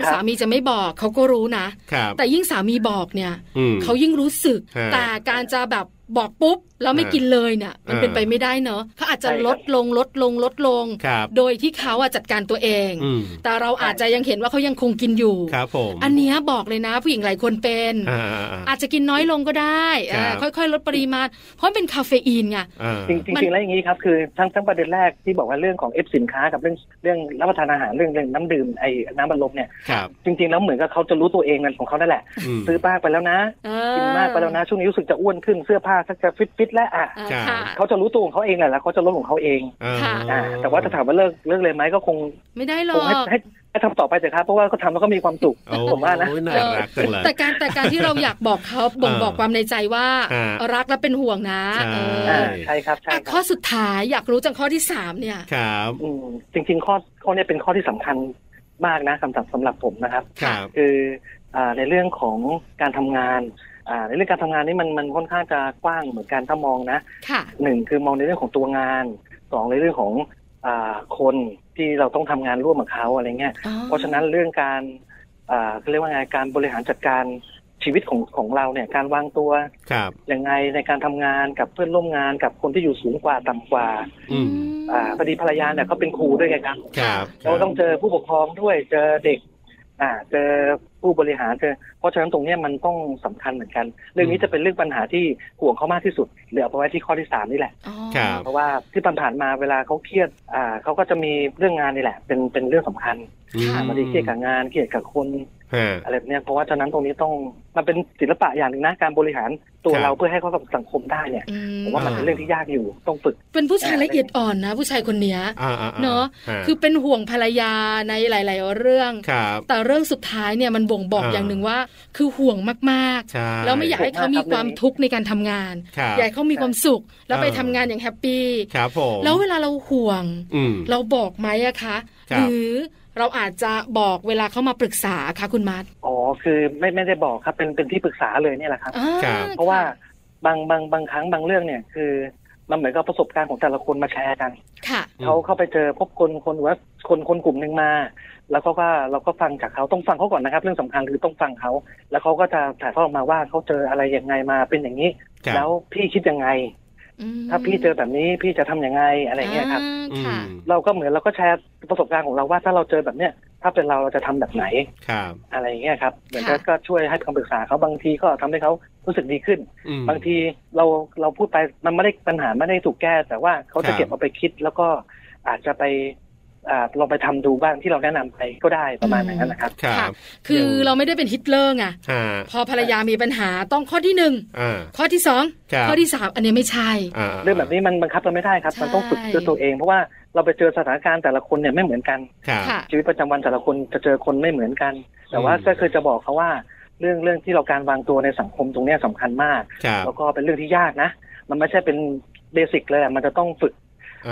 [SPEAKER 5] ครับ
[SPEAKER 1] สามีจะไม่บอกเขาก็รู้นะ
[SPEAKER 2] ครับ
[SPEAKER 1] แต่ยิ่งสามีบอกเนี่ย
[SPEAKER 2] อืม
[SPEAKER 1] เขายิ่งรู้สึก
[SPEAKER 2] ฮะ
[SPEAKER 1] แต่การจะแบบบอกปุ๊บ แล้วไม่
[SPEAKER 2] ฮะ
[SPEAKER 1] กินเลยเนี่ย มัน
[SPEAKER 2] อ่า
[SPEAKER 1] เป็นไปไม่ได้เนอะเขาอาจจะ
[SPEAKER 5] ใช่ครับ
[SPEAKER 1] ลดลงลดลงลดลง
[SPEAKER 2] ครับ
[SPEAKER 1] โดยที่เขาอะจัดการตัวเอง
[SPEAKER 2] อืม
[SPEAKER 1] แต่เราอาจจะยังเห็นว่าเขายังคงกินอยู่
[SPEAKER 2] ครับผม
[SPEAKER 1] อันเนี้ยบอกเลยนะผู้หญิงหลายคนเป็น
[SPEAKER 2] อ่าอ่าอ่า
[SPEAKER 1] อาจจะกินน้อยลงก็ได้อ่า
[SPEAKER 2] ครับ
[SPEAKER 1] ค่อยๆ ลดปริมาณ เพราะเป็นคาเฟอีนไง
[SPEAKER 2] อ่า
[SPEAKER 5] จริงจ
[SPEAKER 1] มัน
[SPEAKER 5] ริงๆแล้วอย่างนี้ครับคือทั้งทั้งประเด็นแรกที่บอกว่าเรื่องของเอฟสินค้ากับเรื่องเรื่องรับประทานอาหารเรื่องเรื่องน้ำดื่มไอ้น้ำบัลลมเนี่ย
[SPEAKER 2] ครับ
[SPEAKER 5] จริงๆแล้วเหมือนกับเขาจะรู้ตัวเองนั่นของเขานั่นแหละ
[SPEAKER 2] ม
[SPEAKER 5] ซื้อมากไปแล้วนะ
[SPEAKER 1] เอ
[SPEAKER 5] กินมากไปแล้วนะ ช่วงนี้รู้สึกจะอ้วนขึ้นเสื้อผ้าก็จะฟิตฟิตๆแล้วอ่ะ
[SPEAKER 1] อ่า
[SPEAKER 2] ครับ
[SPEAKER 1] ค่ะ
[SPEAKER 5] เขาจะรู้ตัวของเขาเองแหละแล้วเขาจะลดของเขาเอง
[SPEAKER 2] อ่า
[SPEAKER 1] ค่ะ
[SPEAKER 5] อ่าแต่ว่าจะถามว่าเลิกเลิกเลยไหมก็คง
[SPEAKER 1] ไม่ได้หร
[SPEAKER 5] ค
[SPEAKER 1] อง
[SPEAKER 5] ให้
[SPEAKER 1] ก
[SPEAKER 5] ให้ให้ทำต่อไปเถอะครับเพราะว่าเขาทำแล้วก็มีความสุข
[SPEAKER 2] โอ้
[SPEAKER 5] ผมว่านะ
[SPEAKER 2] โอ้ยน่ารักจังเลย
[SPEAKER 1] แต่การแต่การที่เราอยากบอก เขาบ่งบอกความในใจว่า
[SPEAKER 2] อ่า
[SPEAKER 1] รักและเป็นห่วงนะเอ
[SPEAKER 2] ใช่
[SPEAKER 1] อ
[SPEAKER 2] ใช่
[SPEAKER 5] อ่าใช่ครับใช่
[SPEAKER 1] อ่ะ
[SPEAKER 5] ค
[SPEAKER 1] ข้อ
[SPEAKER 5] รับ
[SPEAKER 1] สุดท้ายอยากรู้จังข้อที่สามเนี่ย
[SPEAKER 2] ครับ
[SPEAKER 5] อืมจริง ๆ ข้อข้อเนี้เป็นข้อที่สำคัญมากนะสำหรับสำหรับผมนะครับ
[SPEAKER 2] ครับ
[SPEAKER 5] คืออาในเรื่องของการทำงานอ่าในเรื่องการทำงานนี่มันมันค่อนข้างจะกว้างเหมือนกันถ้ามองนะ
[SPEAKER 1] ค่ะ
[SPEAKER 5] หนึ่งคือมองในเรื่องของตัวงานสองในเรื่องของอาคนที่เราต้องทำงานร่วมกับเขาอะไรเงี้ย
[SPEAKER 1] อ๋อ
[SPEAKER 5] เพราะฉะนั้นเรื่องการอ่าเขาเรียกว่าไงการบริหารจัดการชีวิตของของเราเนี่ยการวางตัว
[SPEAKER 2] ครับ
[SPEAKER 5] ยังไงในการทำงานกับเพื่อนร่วมงานกับคนที่อยู่สูงกว่าต่ำกว่า
[SPEAKER 2] อืม
[SPEAKER 5] อ่าพอดีภรรยาเนี่ยเขาเป็นครูด้วยไงครับ
[SPEAKER 2] ครับ
[SPEAKER 5] เราต้องเจอผู้ปกครองด้วยเจอเด็ก อ่า เจอผู้บริหารเจอเพราะฉะนั้นตรงเนี้ยมันต้องสำคัญเหมือนกัน เรื่องนี้จะเป็นเรื่องปัญหาที่ห่วงเขามากที่สุดเหลือเอาไว้ที่ข้อที่สามนี่แหละ
[SPEAKER 1] อ๋อ
[SPEAKER 2] ครับ
[SPEAKER 5] เพราะว่าที่ผ่านๆมาเวลาเขาเครียดอ่าเขาก็จะมีเรื่องงานนี่แหละ เป็นเป็นเรื่องสำคัญ
[SPEAKER 2] อืม
[SPEAKER 5] อ่าบางทีเครียดกับงานเครียดกับคน
[SPEAKER 2] ฮะ
[SPEAKER 5] อะไรแบบเนี้ยเพราะว่าฉะนั้นตรงนี้ต้องมันเป็นศิลปะอย่างหนึ่งนะการบริหารตัว
[SPEAKER 2] ครับ
[SPEAKER 5] เราเพื่อให้เขากับสังคมได้เนี่ย
[SPEAKER 1] อืม
[SPEAKER 5] ผมว่ามันเป็นเรื่องที่ยากอยู่ต้องฝึก
[SPEAKER 1] เป็นผู้ชายละเอียดอ่อนนะ ผู้ชายคนเนี้ย
[SPEAKER 2] อ่าอ่อ่
[SPEAKER 1] เนอะ
[SPEAKER 2] ฮะ
[SPEAKER 1] คือเป็นห่วงภรรยาในหลาย ๆ เรื่อง
[SPEAKER 2] ครับ
[SPEAKER 1] แต่เรื่องสุดท้ายเนี่ยมันบ่งบอก
[SPEAKER 2] อ่า
[SPEAKER 1] อย่างหนึ่งว่า คือห่วงมาก
[SPEAKER 2] ใช่
[SPEAKER 1] ๆ แล้วไม่อยากให้เขามีความทุกข์ในการทำงาน
[SPEAKER 2] ครับ
[SPEAKER 1] อยากให้เขามีความสุข แล้วไป
[SPEAKER 2] อ่า
[SPEAKER 1] ทำงานอย่างแฮปปี้
[SPEAKER 2] ครับผม
[SPEAKER 1] แล้วเวลาเราห่วง
[SPEAKER 2] อืม
[SPEAKER 1] เราบอกไหมอะคะ
[SPEAKER 2] ค
[SPEAKER 1] ห
[SPEAKER 2] รับ
[SPEAKER 1] รือเราอาจจะบอกเวลาเขามาปรึกษาค่ะคุณมัด
[SPEAKER 5] อ๋อคือไม่ไม่ได้บอกครับเป็นเป็นที่ปรึกษาเลยเนี่ยแหละครับ
[SPEAKER 1] อ่า
[SPEAKER 2] ครับ
[SPEAKER 5] เพราะว่าบางบางบางครั้งบางเรื่องเนี่ยคือมันเหมือนกับประสบการณ์ของแต่ละคนมาแชร์กัน
[SPEAKER 1] ค่ะ
[SPEAKER 2] อืม
[SPEAKER 5] เขาเข้าไปเจอพบคนคนว่าคนคนกลุ่มหนึ่งมา แล้วก็ว่าเราก็ฟังจากเขาต้องฟังเขาก่อนนะครับ เรื่องสำคัญคือต้องฟังเขาแล้วเขาก็จะถ่ายทอดออกมาว่าเขาเจออะไรยังไงมาเป็นอย่างนี้
[SPEAKER 2] ครับ
[SPEAKER 5] แล้วพี่คิดยังไง
[SPEAKER 1] อืม
[SPEAKER 5] ถ้าพี่เจอแบบนี้พี่จะทำยังไงอะไรเงี้ยครับ
[SPEAKER 1] อ่า
[SPEAKER 2] อื
[SPEAKER 1] ค่ะ
[SPEAKER 2] ม
[SPEAKER 5] เราก็เหมือนเราก็แชร์ประสบการณ์ของเราว่าถ้าเราเจอแบบเนี้ยถ้าเป็นเราเราจะทำแบบไหน
[SPEAKER 2] ครับ
[SPEAKER 5] อะไรเงี้ยครับเหมือนกับ
[SPEAKER 1] ค่ะ
[SPEAKER 5] ก็ช่วยให้คำปรึกษาเขาบางทีก็ทำให้เขารู้สึกดีขึ้น
[SPEAKER 2] อืม
[SPEAKER 5] บางทีเราเราพูดไปมันไม่ได้ปัญหาไม่ได้ถูกแก้ แต่ว่าเขา
[SPEAKER 2] ครั
[SPEAKER 5] จะ
[SPEAKER 2] บ
[SPEAKER 5] เก็บเอาไปคิด แล้วก็อาจจะไปอ่าลองไปทำดูบ้างที่เราแนะนำไปก็ได้ประมาณอย่างนั้นนะครับ
[SPEAKER 2] ครั
[SPEAKER 1] ค่ะ
[SPEAKER 2] บ
[SPEAKER 1] คือเราไม่ได้เป็นฮิตเลอร์ไง
[SPEAKER 2] ฮะ
[SPEAKER 1] พอภรรยามีปัญหาต้องข้อที่หนึ่ง
[SPEAKER 2] อ่า
[SPEAKER 1] ข้อที่สอง
[SPEAKER 2] ครับ
[SPEAKER 1] ข้อที่สามอันนี้ไม่ใช่
[SPEAKER 2] อ่า
[SPEAKER 5] เรื่องแบบนี้มันบังคับเราไม่ได้ครับ
[SPEAKER 1] ใช่
[SPEAKER 5] มันต้องฝึกด้วยตัวเอง เพราะว่าเราไปเจอสถานการณ์แต่ละคนเนี่ยไม่เหมือนกัน
[SPEAKER 2] ครับ
[SPEAKER 1] ค่ะ
[SPEAKER 5] ชีวิตประจำวันแต่ละคนจะเจอคนไม่เหมือนกัน แต่ว่า
[SPEAKER 2] อืม
[SPEAKER 5] ก็เคยจะบอกเขาว่า เรื่องเรื่องที่เราการวางตัวในสังคมตรงเนี้ยสำคัญมาก
[SPEAKER 2] ครับ
[SPEAKER 5] แล้วก็เป็นเรื่องที่ยากนะ มันไม่ใช่เป็นเบสิกเลยอะมันจะต้องฝึก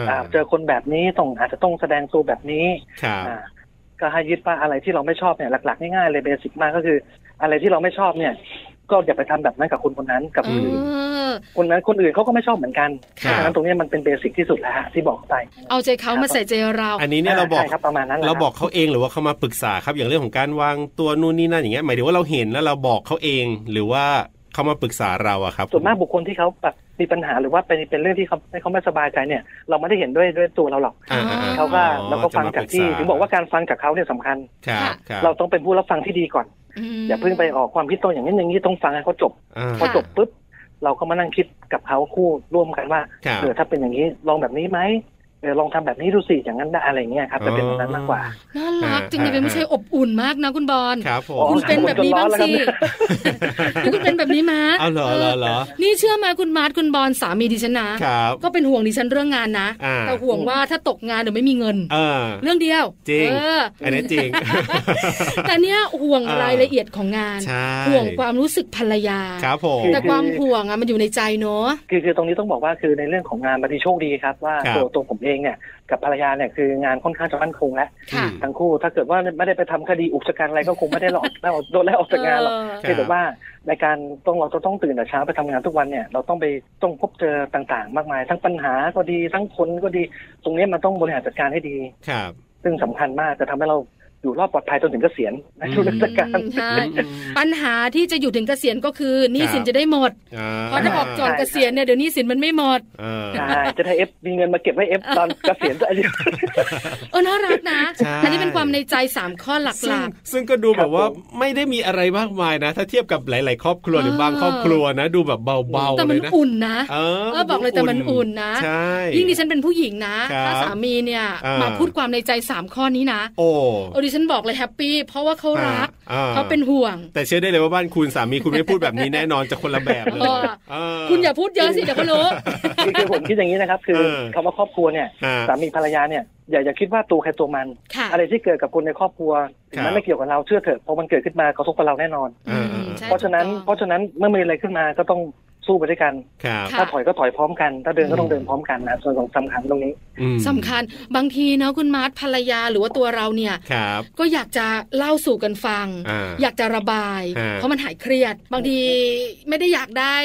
[SPEAKER 5] อ่าเจอคนแบบนี้ต้องอาจจะต้องแสดงตัวแบบนี้
[SPEAKER 2] ครับ
[SPEAKER 5] อ่าก็ให้ยึดว่าอะไรที่เราไม่ชอบเนี่ยหลักๆง่ายๆเลยเบสิกมากก็คือ อะไรที่เราไม่ชอบเนี่ย ก็อย่าไปทำแบบนั้นกับคนคนนั้นกับ
[SPEAKER 1] เอ
[SPEAKER 5] คนอื่น
[SPEAKER 1] อ
[SPEAKER 5] คนนั้นคนอื่นเขาก็ไม่ชอบเหมือนกัน
[SPEAKER 2] ครับ
[SPEAKER 5] ฉะนั้นตรงเนี้ยมันเป็นเบสิกที่สุดแล้วฮะที่บอกไป
[SPEAKER 1] เอาใจเขามาใส่ใจเรา
[SPEAKER 2] อันนี้เนี่ยเราบอก
[SPEAKER 5] ใช่ครับประมาณนั้นแหละค
[SPEAKER 2] เราบอกเขาเองหรือว่าเขามาปรึกษาครับอย่างเรื่องของการวางตัวนู่นนี่นั่นอย่างเงี้ยหมายถึงว่าเราเห็นแล้วเราบอกเขาเองหรือว่าเขามาปรึกษาเราอะครับ
[SPEAKER 5] ส่วนมากบุคคลที่เขาแบบมีปัญหาหรือว่าเป็นเป็นเรื่องที่เขาเขาไม่สบายใจเนี่ย เราไม่ได้เห็นด้วยด้วยตัวเราหรอก
[SPEAKER 2] อ่ๆๆ
[SPEAKER 5] เขาก็
[SPEAKER 2] อ๋อ
[SPEAKER 5] เราก็ฟังจากที่
[SPEAKER 2] จะมปรึษ
[SPEAKER 5] ถึงบอกว่าการฟังจากเขาเนี่ยสำคัญ
[SPEAKER 2] ครับครับ
[SPEAKER 5] เราต้องเป็นผู้รับฟังที่ดีก่อน
[SPEAKER 1] ม
[SPEAKER 5] อย่าเพิ่งไปออกความคิดโต้อย่างนี้อย่างนี้ต้องฟังให้เขาจบ
[SPEAKER 2] อ่า
[SPEAKER 5] พอ
[SPEAKER 1] ค่ะ
[SPEAKER 5] จบปุ๊บเราก็มานั่งคิดกับเขาคู่ร่วมกันว่า
[SPEAKER 2] ครับ
[SPEAKER 5] เออถ้าเป็นอย่างนี้ลองแบบนี้ไหมเออลองทำแบบนี้ดูสิอย่างนั้นได้อะไรเงี้ยครับจะเป็นแบบนั้นมากกว่า
[SPEAKER 1] น่ารัก
[SPEAKER 2] อ่า
[SPEAKER 1] จริงเลยเป็น
[SPEAKER 2] อ่า
[SPEAKER 1] ผู้ชายอบอุ่นมากนะคุณบอล
[SPEAKER 2] ครับผ
[SPEAKER 5] อ๋อ
[SPEAKER 2] ม
[SPEAKER 1] คุณเป็นแบบนี้บ้างสินี่คุณเป็นแบบนี้มา
[SPEAKER 2] เอาเหรอเหรอเหรอ
[SPEAKER 1] นี่เชื่อมาคุณมาร์ทคุณบอลสามีดิฉันนะครับ ก็เป็นห่วงดิฉันเรื่องงานนะ
[SPEAKER 2] อ่า
[SPEAKER 1] แต่ห่วงว่าถ้าตกงานเดี๋ยวไม่มีเงิน
[SPEAKER 2] เออ
[SPEAKER 1] เรื่องเดียว
[SPEAKER 2] จริง
[SPEAKER 1] เออ
[SPEAKER 2] อันนี้จริง
[SPEAKER 1] แต่เนี้ยห่วง
[SPEAKER 2] อ่าร
[SPEAKER 1] รายละเอียดของงาน
[SPEAKER 2] ใช่
[SPEAKER 1] ห่วงความรู้สึกภรรยา
[SPEAKER 2] ครับผม
[SPEAKER 1] แต่ความห่วงอะมันอยู่ในใจเนอะ
[SPEAKER 5] คือคือตรงนี้ต้องบอกว่าคือในเรื่องของงานบางทีโชคดีครับว่า
[SPEAKER 2] ครับ
[SPEAKER 5] ตัวตัวผมเองเนี่ยกับภรรยาเนี่ยคืองานค่อนข้างจะมั่นคงแล้ว
[SPEAKER 1] ค่ะ
[SPEAKER 5] ทั้งคู่ถ้าเกิดว่าไม่ได้ไปทำคดีอุกชะกันอะไรก็คงไม่ได้ หลอกได้ออกโดนไล่ออกจากงานหรอก
[SPEAKER 1] เออ
[SPEAKER 2] ครับ
[SPEAKER 5] เพียงแต่ว่าในการต้องเราจะต้องตื่นแต่เช้าไปทำงานทุกวันเนี่ยเราต้องไปต้องพบเจอต่างๆ มากมาย ทั้งปัญหาก็ดีทั้งคนก็ดี ตรงเนี้ยมันต้องบริหารจัดการให้ดี
[SPEAKER 2] ครับ
[SPEAKER 5] ซึ่งสำคัญมากจะทำให้เราอยู่รอดปลอดภัยจนถึงเกษียณในช่วงราชการ
[SPEAKER 1] ใช่ ปัญหาที่จะอยู่ถึงเกษียณก็คือหนี่สินจะได้หมด
[SPEAKER 2] อ่า
[SPEAKER 1] เพราะถ้าออกจอดเกษียณเนี่ยเดี๋ยวหนี้สินมันไม่หมด
[SPEAKER 2] เออ
[SPEAKER 5] ใช่จะได้เอฟมีเงินมาเก็บไว้เอฟตอนเกษียณจะอายุ
[SPEAKER 1] เออน่ารักนะ
[SPEAKER 2] ใช่
[SPEAKER 1] อันนี้เป็นความในใจสามข้อห
[SPEAKER 2] ซึ่ง
[SPEAKER 1] ลัก
[SPEAKER 2] ซึ่งก็ดู
[SPEAKER 5] ค
[SPEAKER 2] แบ
[SPEAKER 5] รับบ
[SPEAKER 2] ว่า
[SPEAKER 5] ผม
[SPEAKER 2] ไม่ได้มีอะไรมากมายนะ ถ้าเทียบกับหลาย ๆ ครอบครัวหรือ
[SPEAKER 1] เออ
[SPEAKER 2] บางครอบครัวนะ ดูแบบเบา
[SPEAKER 1] ๆ แต่
[SPEAKER 2] ๆ เล
[SPEAKER 1] มัน
[SPEAKER 2] ยนะ
[SPEAKER 1] อุ่นนะ
[SPEAKER 2] เออ
[SPEAKER 1] เออบอกเลยแต่มันอุ่นนะ
[SPEAKER 2] ใช่
[SPEAKER 1] ยิ่งดิฉันเป็นผู้หญิงนะครับ ถ้าสามีเนี่ย
[SPEAKER 2] อ่าม
[SPEAKER 1] มาพูดความในใจสามข้อนี้นะ
[SPEAKER 2] โอ้
[SPEAKER 1] เออดิฉันบอกเลยแฮปปี้เพราะว่าเขารัก
[SPEAKER 2] อ่
[SPEAKER 1] เขาเป็นห่วง
[SPEAKER 2] แต่เชื่อได้เลยว่าบ้านคุณสามีคุณไม่พูดแบบนี้แน่นอนจะคนละแบบเลย
[SPEAKER 1] เออ
[SPEAKER 2] เ
[SPEAKER 1] คุณอย่าพูดเยอะสิเดี๋ยวเขารู้
[SPEAKER 5] คือคือผมคิดอย่างนี้นะครับ คือ
[SPEAKER 2] เออ
[SPEAKER 5] คำว่าครอบครัวเนี่ย
[SPEAKER 2] อ่า
[SPEAKER 5] สามีภรรยาเนี่ยอย่าอย่าคิดว่าตัวใครตัวมัน
[SPEAKER 1] ค่ะ
[SPEAKER 5] อะไรที่เกิดกับคนในครอบครัวถึง
[SPEAKER 2] ครั
[SPEAKER 5] แม้
[SPEAKER 2] บ
[SPEAKER 5] ไม่เกี่ยวกับเราเชื่อเถอะเพราะมันเกิดขึ้นมากระทบกับเราแน่นอน
[SPEAKER 1] อืมใช่
[SPEAKER 5] เพราะฉะนั้น
[SPEAKER 1] ถูกต้อง
[SPEAKER 5] เพราะฉะนั้นเมื่อมีอะไรขึ้นมาก็ต้องสู้ไปด้วยกัน
[SPEAKER 2] ครับ
[SPEAKER 1] ค่ะ
[SPEAKER 5] ถ้าถอยก็ถอยพร้อมกัน ถ้าเดินก็ต้องเดินพร้อมกันนะส่วนของสำคัญตรงนี้
[SPEAKER 2] อืม
[SPEAKER 1] สำคัญบางทีเนาะคุณมาร์ทภรรยาหรือว่าตัวเราเนี่ย
[SPEAKER 2] ครับ
[SPEAKER 1] ก็อยากจะเล่าสู่กันฟัง
[SPEAKER 2] อ่า
[SPEAKER 1] อยากจะระบาย
[SPEAKER 2] อ่า
[SPEAKER 1] เพราะมันหายเครียด บางทีไม่ได้อยากได้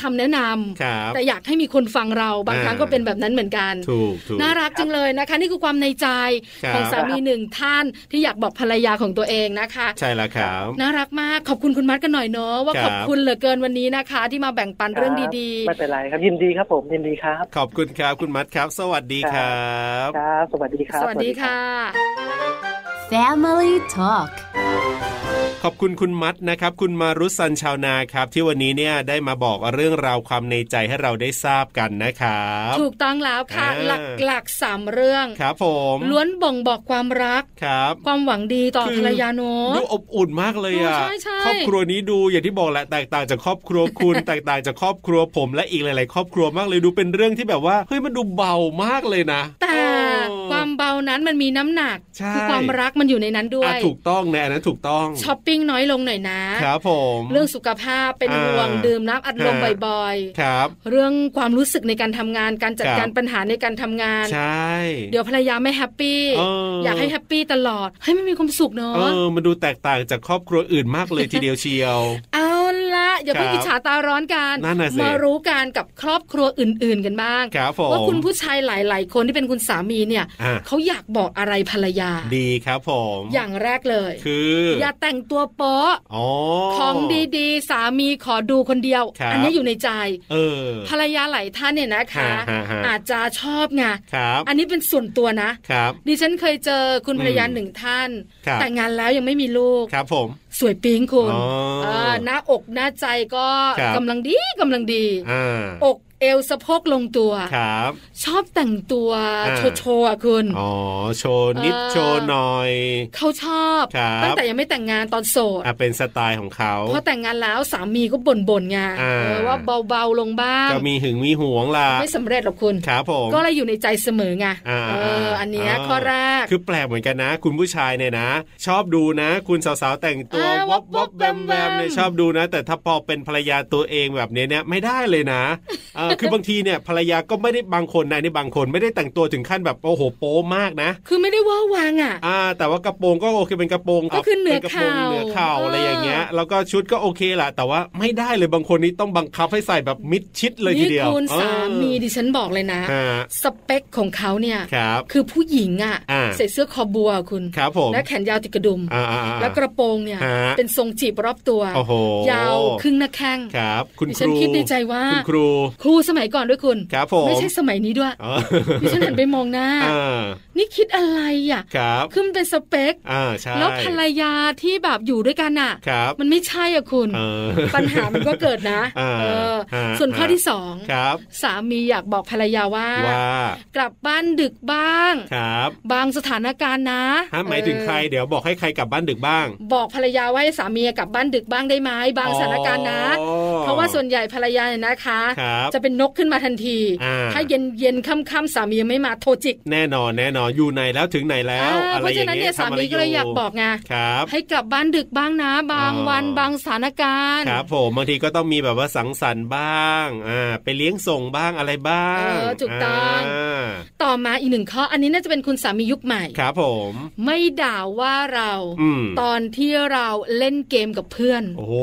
[SPEAKER 1] คำแนะนำ
[SPEAKER 2] ครับ
[SPEAKER 1] แต่อยากให้มีคนฟังเราบางครั้ง
[SPEAKER 2] อ่า
[SPEAKER 1] ก็เป็นแบบนั้นเหมือนกัน
[SPEAKER 2] ถูกถูก
[SPEAKER 1] น่ารักจังเลยนะคะ นี่คือความในใจ
[SPEAKER 2] ครับ
[SPEAKER 1] ของสามีหนึ่งท่านที่อยากบอกภรรยาของตัวเองนะคะ
[SPEAKER 2] ใช่แล้วครับ
[SPEAKER 1] น่ารักมากขอบคุณคุณมัดกันหน่อยเนาะว่า
[SPEAKER 2] ค
[SPEAKER 1] ข
[SPEAKER 2] รับ
[SPEAKER 1] อบคุณเหลือเกินวันนี้นะคะ ที่มาแบ่งปันเรื่องดี
[SPEAKER 5] ไม่เป็นไรครับยินดีครับผมยินดีครับ
[SPEAKER 2] ขอบคุณครับคุณมัดครับ สวัสดีครับ
[SPEAKER 5] ครับสวัสดีค
[SPEAKER 1] ๆ
[SPEAKER 5] รับ
[SPEAKER 1] สวัสดีค่ะ
[SPEAKER 4] Family Talk
[SPEAKER 2] ขอบคุณคุณมัดนะครับ คุณมารุสันชาวนาครับ ที่วันนี้เนี่ยได้มาบอกเรื่องราวความในใจให้เราได้ทราบกันนะครับ
[SPEAKER 1] ถูกต้องแล้วค่ะ
[SPEAKER 2] อ่า
[SPEAKER 1] หลักๆสามเรื่อง
[SPEAKER 2] ครับผม
[SPEAKER 1] ล้วนบ่งบอกความรัก
[SPEAKER 2] ครับ
[SPEAKER 1] ความหวังดีต่อภรรยาเนอะ
[SPEAKER 2] ดูอบอุ่นมากเลย
[SPEAKER 1] โอ้
[SPEAKER 2] อ่ะ
[SPEAKER 1] ใช่ใช่
[SPEAKER 2] ครอบครัวนี้ดูอย่างที่บอกแหละแตกต่างจากครอบครัว คุณ แตกต่างจากครอบครัวผมและอีกหลาย ๆ ครอบครัวมากเลยดูเป็นเรื่องที่แบบว่าเฮ้ยมันดูเบามากเลยนะ
[SPEAKER 1] แต่
[SPEAKER 2] โอ้
[SPEAKER 1] ความเบานั้นมันมีน้ำหนัก
[SPEAKER 2] ใช่
[SPEAKER 1] คือความรักมันอยู่ในนั้นด้ว
[SPEAKER 2] อ่ะ
[SPEAKER 1] ย
[SPEAKER 2] ถูกต้องนะอันนั้นถูกต้อง
[SPEAKER 1] ช้อปปิ้งน้อยลงหน่อยนะ
[SPEAKER 2] ครับผม
[SPEAKER 1] เรื่องสุขภาพเป็น
[SPEAKER 2] อ่า
[SPEAKER 1] ห่วงดื่มน้ำอัดลม
[SPEAKER 2] ฮะ
[SPEAKER 1] บ่อย
[SPEAKER 2] ครับ
[SPEAKER 1] ๆ เรื่องความรู้สึกในการทำงานการจัด
[SPEAKER 2] ครับ
[SPEAKER 1] การปัญหาในการทำงาน
[SPEAKER 2] ใช่
[SPEAKER 1] เดี๋ยวภรรยาไม่แฮปปี้
[SPEAKER 2] เอออ
[SPEAKER 1] อยากให้แฮปปี้ตลอดให้ยมันมีความสุขเนาะ
[SPEAKER 2] เออมันดูแตกต่างจากครอบครัวอื่นมาก เลยทีเดียวเชียว
[SPEAKER 1] เอาละอย่าเพิ่ง
[SPEAKER 2] ครับ
[SPEAKER 1] อิจฉาตาร้อนกัน
[SPEAKER 2] นั่นน่ะสิ
[SPEAKER 1] มารู้กันกับครอบครัวอื่น ๆ กันบ้าง
[SPEAKER 2] ครับผม
[SPEAKER 1] ว่าคุณผู้ชายหลาย ๆ คนที่เป็นคุณสามีเนี่ย
[SPEAKER 2] อ่ะ
[SPEAKER 1] เขาอยากบอกอะไรภรรยา
[SPEAKER 2] ดีครับผม
[SPEAKER 1] อย่างแรกเลย
[SPEAKER 2] คืออ
[SPEAKER 1] อย่าแต่งตัวโป๊ะ
[SPEAKER 2] อ๋อ
[SPEAKER 1] ของดี ๆ สามีขอดูคนเดียว
[SPEAKER 2] ครับ
[SPEAKER 1] อันี้อยู่ในใจ
[SPEAKER 2] เออ
[SPEAKER 1] ภรรยาหลายท่านเนี่ยนะคะ
[SPEAKER 2] ฮะฮะ
[SPEAKER 1] อาจจะชอบไง
[SPEAKER 2] ครับ
[SPEAKER 1] อันนี้เป็นส่วนตัวนะ
[SPEAKER 2] ครับ
[SPEAKER 1] ดิฉันเคยเจอคุณภรรยา
[SPEAKER 2] อืม
[SPEAKER 1] หนึ่งท่าน
[SPEAKER 2] ครับ
[SPEAKER 1] แต่งงานแล้วยังไม่มีลูก
[SPEAKER 2] ครับผม
[SPEAKER 1] สวยปิ๊งคุณ
[SPEAKER 2] อ๋อ
[SPEAKER 1] เออหน้าอกหน้าใจก็
[SPEAKER 2] ครับ
[SPEAKER 1] กำลังดีกำลังดี
[SPEAKER 2] อ่า
[SPEAKER 1] อกเอวสะโพกลงตัว
[SPEAKER 2] ครับ
[SPEAKER 1] ชอบแต่งตัว
[SPEAKER 2] อ่า
[SPEAKER 1] โชว์ๆอะคุณ
[SPEAKER 2] อ๋อโชว์นิด
[SPEAKER 1] เออ
[SPEAKER 2] โชว์หน่อย
[SPEAKER 1] เขาชอบ
[SPEAKER 2] ครับ
[SPEAKER 1] ตั้งแต่ยังไม่แต่งงานตอนโสด
[SPEAKER 2] อ่ะเป็นสไตล์ของเขา
[SPEAKER 1] พอแต่งงานแล้วสามีก็บ่นๆไง
[SPEAKER 2] อ่า
[SPEAKER 1] เออว่าเบาๆลงบ้าง
[SPEAKER 2] จะมีหึงมีหวงล่ะ
[SPEAKER 1] ไม่สำเร็จหรอกคุณ
[SPEAKER 2] ครับผม
[SPEAKER 1] ก็เลยอยู่ในใจเสมอไง
[SPEAKER 2] อ่า
[SPEAKER 1] เอออันเนี้ย
[SPEAKER 2] อ่า
[SPEAKER 1] ข้อแรก
[SPEAKER 2] คือแปลกเหมือนกันนะ คุณผู้ชายเนี่ยนะ ชอบดูนะ คุณสาวๆแต่งตัว
[SPEAKER 1] อ่าวั
[SPEAKER 2] วั
[SPEAKER 1] บบ วั
[SPEAKER 2] วั
[SPEAKER 1] บบ แว
[SPEAKER 2] แว
[SPEAKER 1] ม
[SPEAKER 2] ม
[SPEAKER 1] แว
[SPEAKER 2] แว
[SPEAKER 1] ม
[SPEAKER 2] มเนี่ยชอบดูนะ แต่ถ้าพอเป็นภรรยาตัวเองแบบเนี้ยเนี่ยไม่ได้เลยนะ เอ อคือบางทีเนี่ยภรรยาก็ไม่ได้บางคนนะในบางคนไม่ได้แต่งตัวถึงขั้นแบบโอ้โหโป๊มากนะ
[SPEAKER 1] คือไม่ได้เว่าวางอ่ะ
[SPEAKER 2] อ่า แต่ว่ากระโปรงก็โอเคเป็นกระโปรง
[SPEAKER 1] ก็คือเหนือ
[SPEAKER 2] ป็กระโปรง
[SPEAKER 1] เข่า
[SPEAKER 2] เหนือเข่า
[SPEAKER 1] อ่า
[SPEAKER 2] อะไรอย่างเงี้ย แล้วก็ชุดก็โอเคแหละแต่ว่าไม่ได้เลยบางคนนี่ต้องบังคับให้ใส่แบบมิดชิดเลยที
[SPEAKER 1] นี่
[SPEAKER 2] เดียว
[SPEAKER 1] คุณ
[SPEAKER 2] เออ
[SPEAKER 1] สามีดิฉันบอกเลยนะ
[SPEAKER 2] ฮะ
[SPEAKER 1] สเปคของเขาเนี่ย
[SPEAKER 2] ครับ
[SPEAKER 1] คือผู้หญิงอ่ะ
[SPEAKER 2] อ่า
[SPEAKER 1] ใส่เสื้อคอบัวคุณ
[SPEAKER 2] ครับผม
[SPEAKER 1] และแขนยาวติดกระดุม
[SPEAKER 2] อ่าอ่าอ่า
[SPEAKER 1] แล้วกระโปรงเนี่ย
[SPEAKER 2] ฮะ
[SPEAKER 1] เป็นทรงจีบรอบตัว
[SPEAKER 2] โอ้โห
[SPEAKER 1] ยาวครึ่งหน้าแข้ง
[SPEAKER 2] ครับ คุณ
[SPEAKER 1] ดิ
[SPEAKER 2] ค
[SPEAKER 1] ฉัน
[SPEAKER 2] รู
[SPEAKER 1] คิดในใจว่า
[SPEAKER 2] คุณครู
[SPEAKER 1] ครูสมัยก่อนด้วยคุณ
[SPEAKER 2] ครับผม
[SPEAKER 1] ไม่ใช่สมัยนี้ด้วย
[SPEAKER 2] อ๋อ
[SPEAKER 1] ดิฉันหันไปมองหน้า
[SPEAKER 2] อ่า
[SPEAKER 1] นี่คิดอะไรอ่ะ
[SPEAKER 2] ครับ
[SPEAKER 1] คือมันเป็นสเปค
[SPEAKER 2] อ่าใช่
[SPEAKER 1] แล้วภรรยาที่แบบอยู่ด้วยกันอ่ะ
[SPEAKER 2] ครับ
[SPEAKER 1] มันไม่ใช่อ่ะคุณ
[SPEAKER 2] เออ
[SPEAKER 1] ปัญหามันก็เกิดนะ
[SPEAKER 2] อ่า
[SPEAKER 1] เออ
[SPEAKER 2] ฮะ
[SPEAKER 1] ส่วนข้อ
[SPEAKER 2] ฮะ
[SPEAKER 1] ที่สอง
[SPEAKER 2] ครับ
[SPEAKER 1] สามีอยากบอกภรรยาว่า
[SPEAKER 2] ว่าก
[SPEAKER 1] ลับบ้านดึกบ้าง
[SPEAKER 2] ครับ
[SPEAKER 1] บางสถานการณ์นะ
[SPEAKER 2] ฮะหมายถึงใคร
[SPEAKER 1] เออ
[SPEAKER 2] เดี๋ยวบอกให้ใครกลับบ้านดึกบ้าง
[SPEAKER 1] บอกภรรยาว่าให้สามีกลับบ้านดึกบ้างได้ไหมบางสถานการณ์นะ
[SPEAKER 2] อ๋อ
[SPEAKER 1] เพราะว่าส่วนใหญ่ภรรยาเนี่ยนะคะ
[SPEAKER 2] ครับ
[SPEAKER 1] จะเป็นนกขึ้นมาทันที
[SPEAKER 2] อ่า
[SPEAKER 1] ถ้าเย็นเย็นค่ำค่ำๆสามียังไม่มาโทรจิก
[SPEAKER 2] แน่นอนแน่นอนอยู่ไหนแล้วถึงไหนแล้ว
[SPEAKER 1] อ่า
[SPEAKER 2] อะ
[SPEAKER 1] เพ
[SPEAKER 2] ไร
[SPEAKER 1] ราะ
[SPEAKER 2] อ
[SPEAKER 1] ฉะ
[SPEAKER 2] ย่าง
[SPEAKER 1] นั้น
[SPEAKER 2] เงี้
[SPEAKER 1] เนี่ยยสา
[SPEAKER 2] ทำอะไร
[SPEAKER 1] มี
[SPEAKER 2] อ
[SPEAKER 1] ก็เลยอยากบอกไง
[SPEAKER 2] ครับ
[SPEAKER 1] ให้กลับบ้านดึกบ้างนะ บางวัน
[SPEAKER 2] อ๋อ
[SPEAKER 1] บางสถานการณ์
[SPEAKER 2] ครับผมบางทีก็ต้องมีแบบว่าสังสรรค์บ้างอ่าไปเลี้ยงส่งบ้างอะไรบ้า
[SPEAKER 1] เองอถูกต้อง
[SPEAKER 2] า
[SPEAKER 1] ต่อมาอีกหนึ่งข้ออันนี้น่าจะเป็นคุณสามียุคใหม่
[SPEAKER 2] ครับผม
[SPEAKER 1] ไม่ด่าว่าเรา
[SPEAKER 2] อืม
[SPEAKER 1] ตอนที่เราเล่นเกมกับเพื่อน
[SPEAKER 2] โอ้โห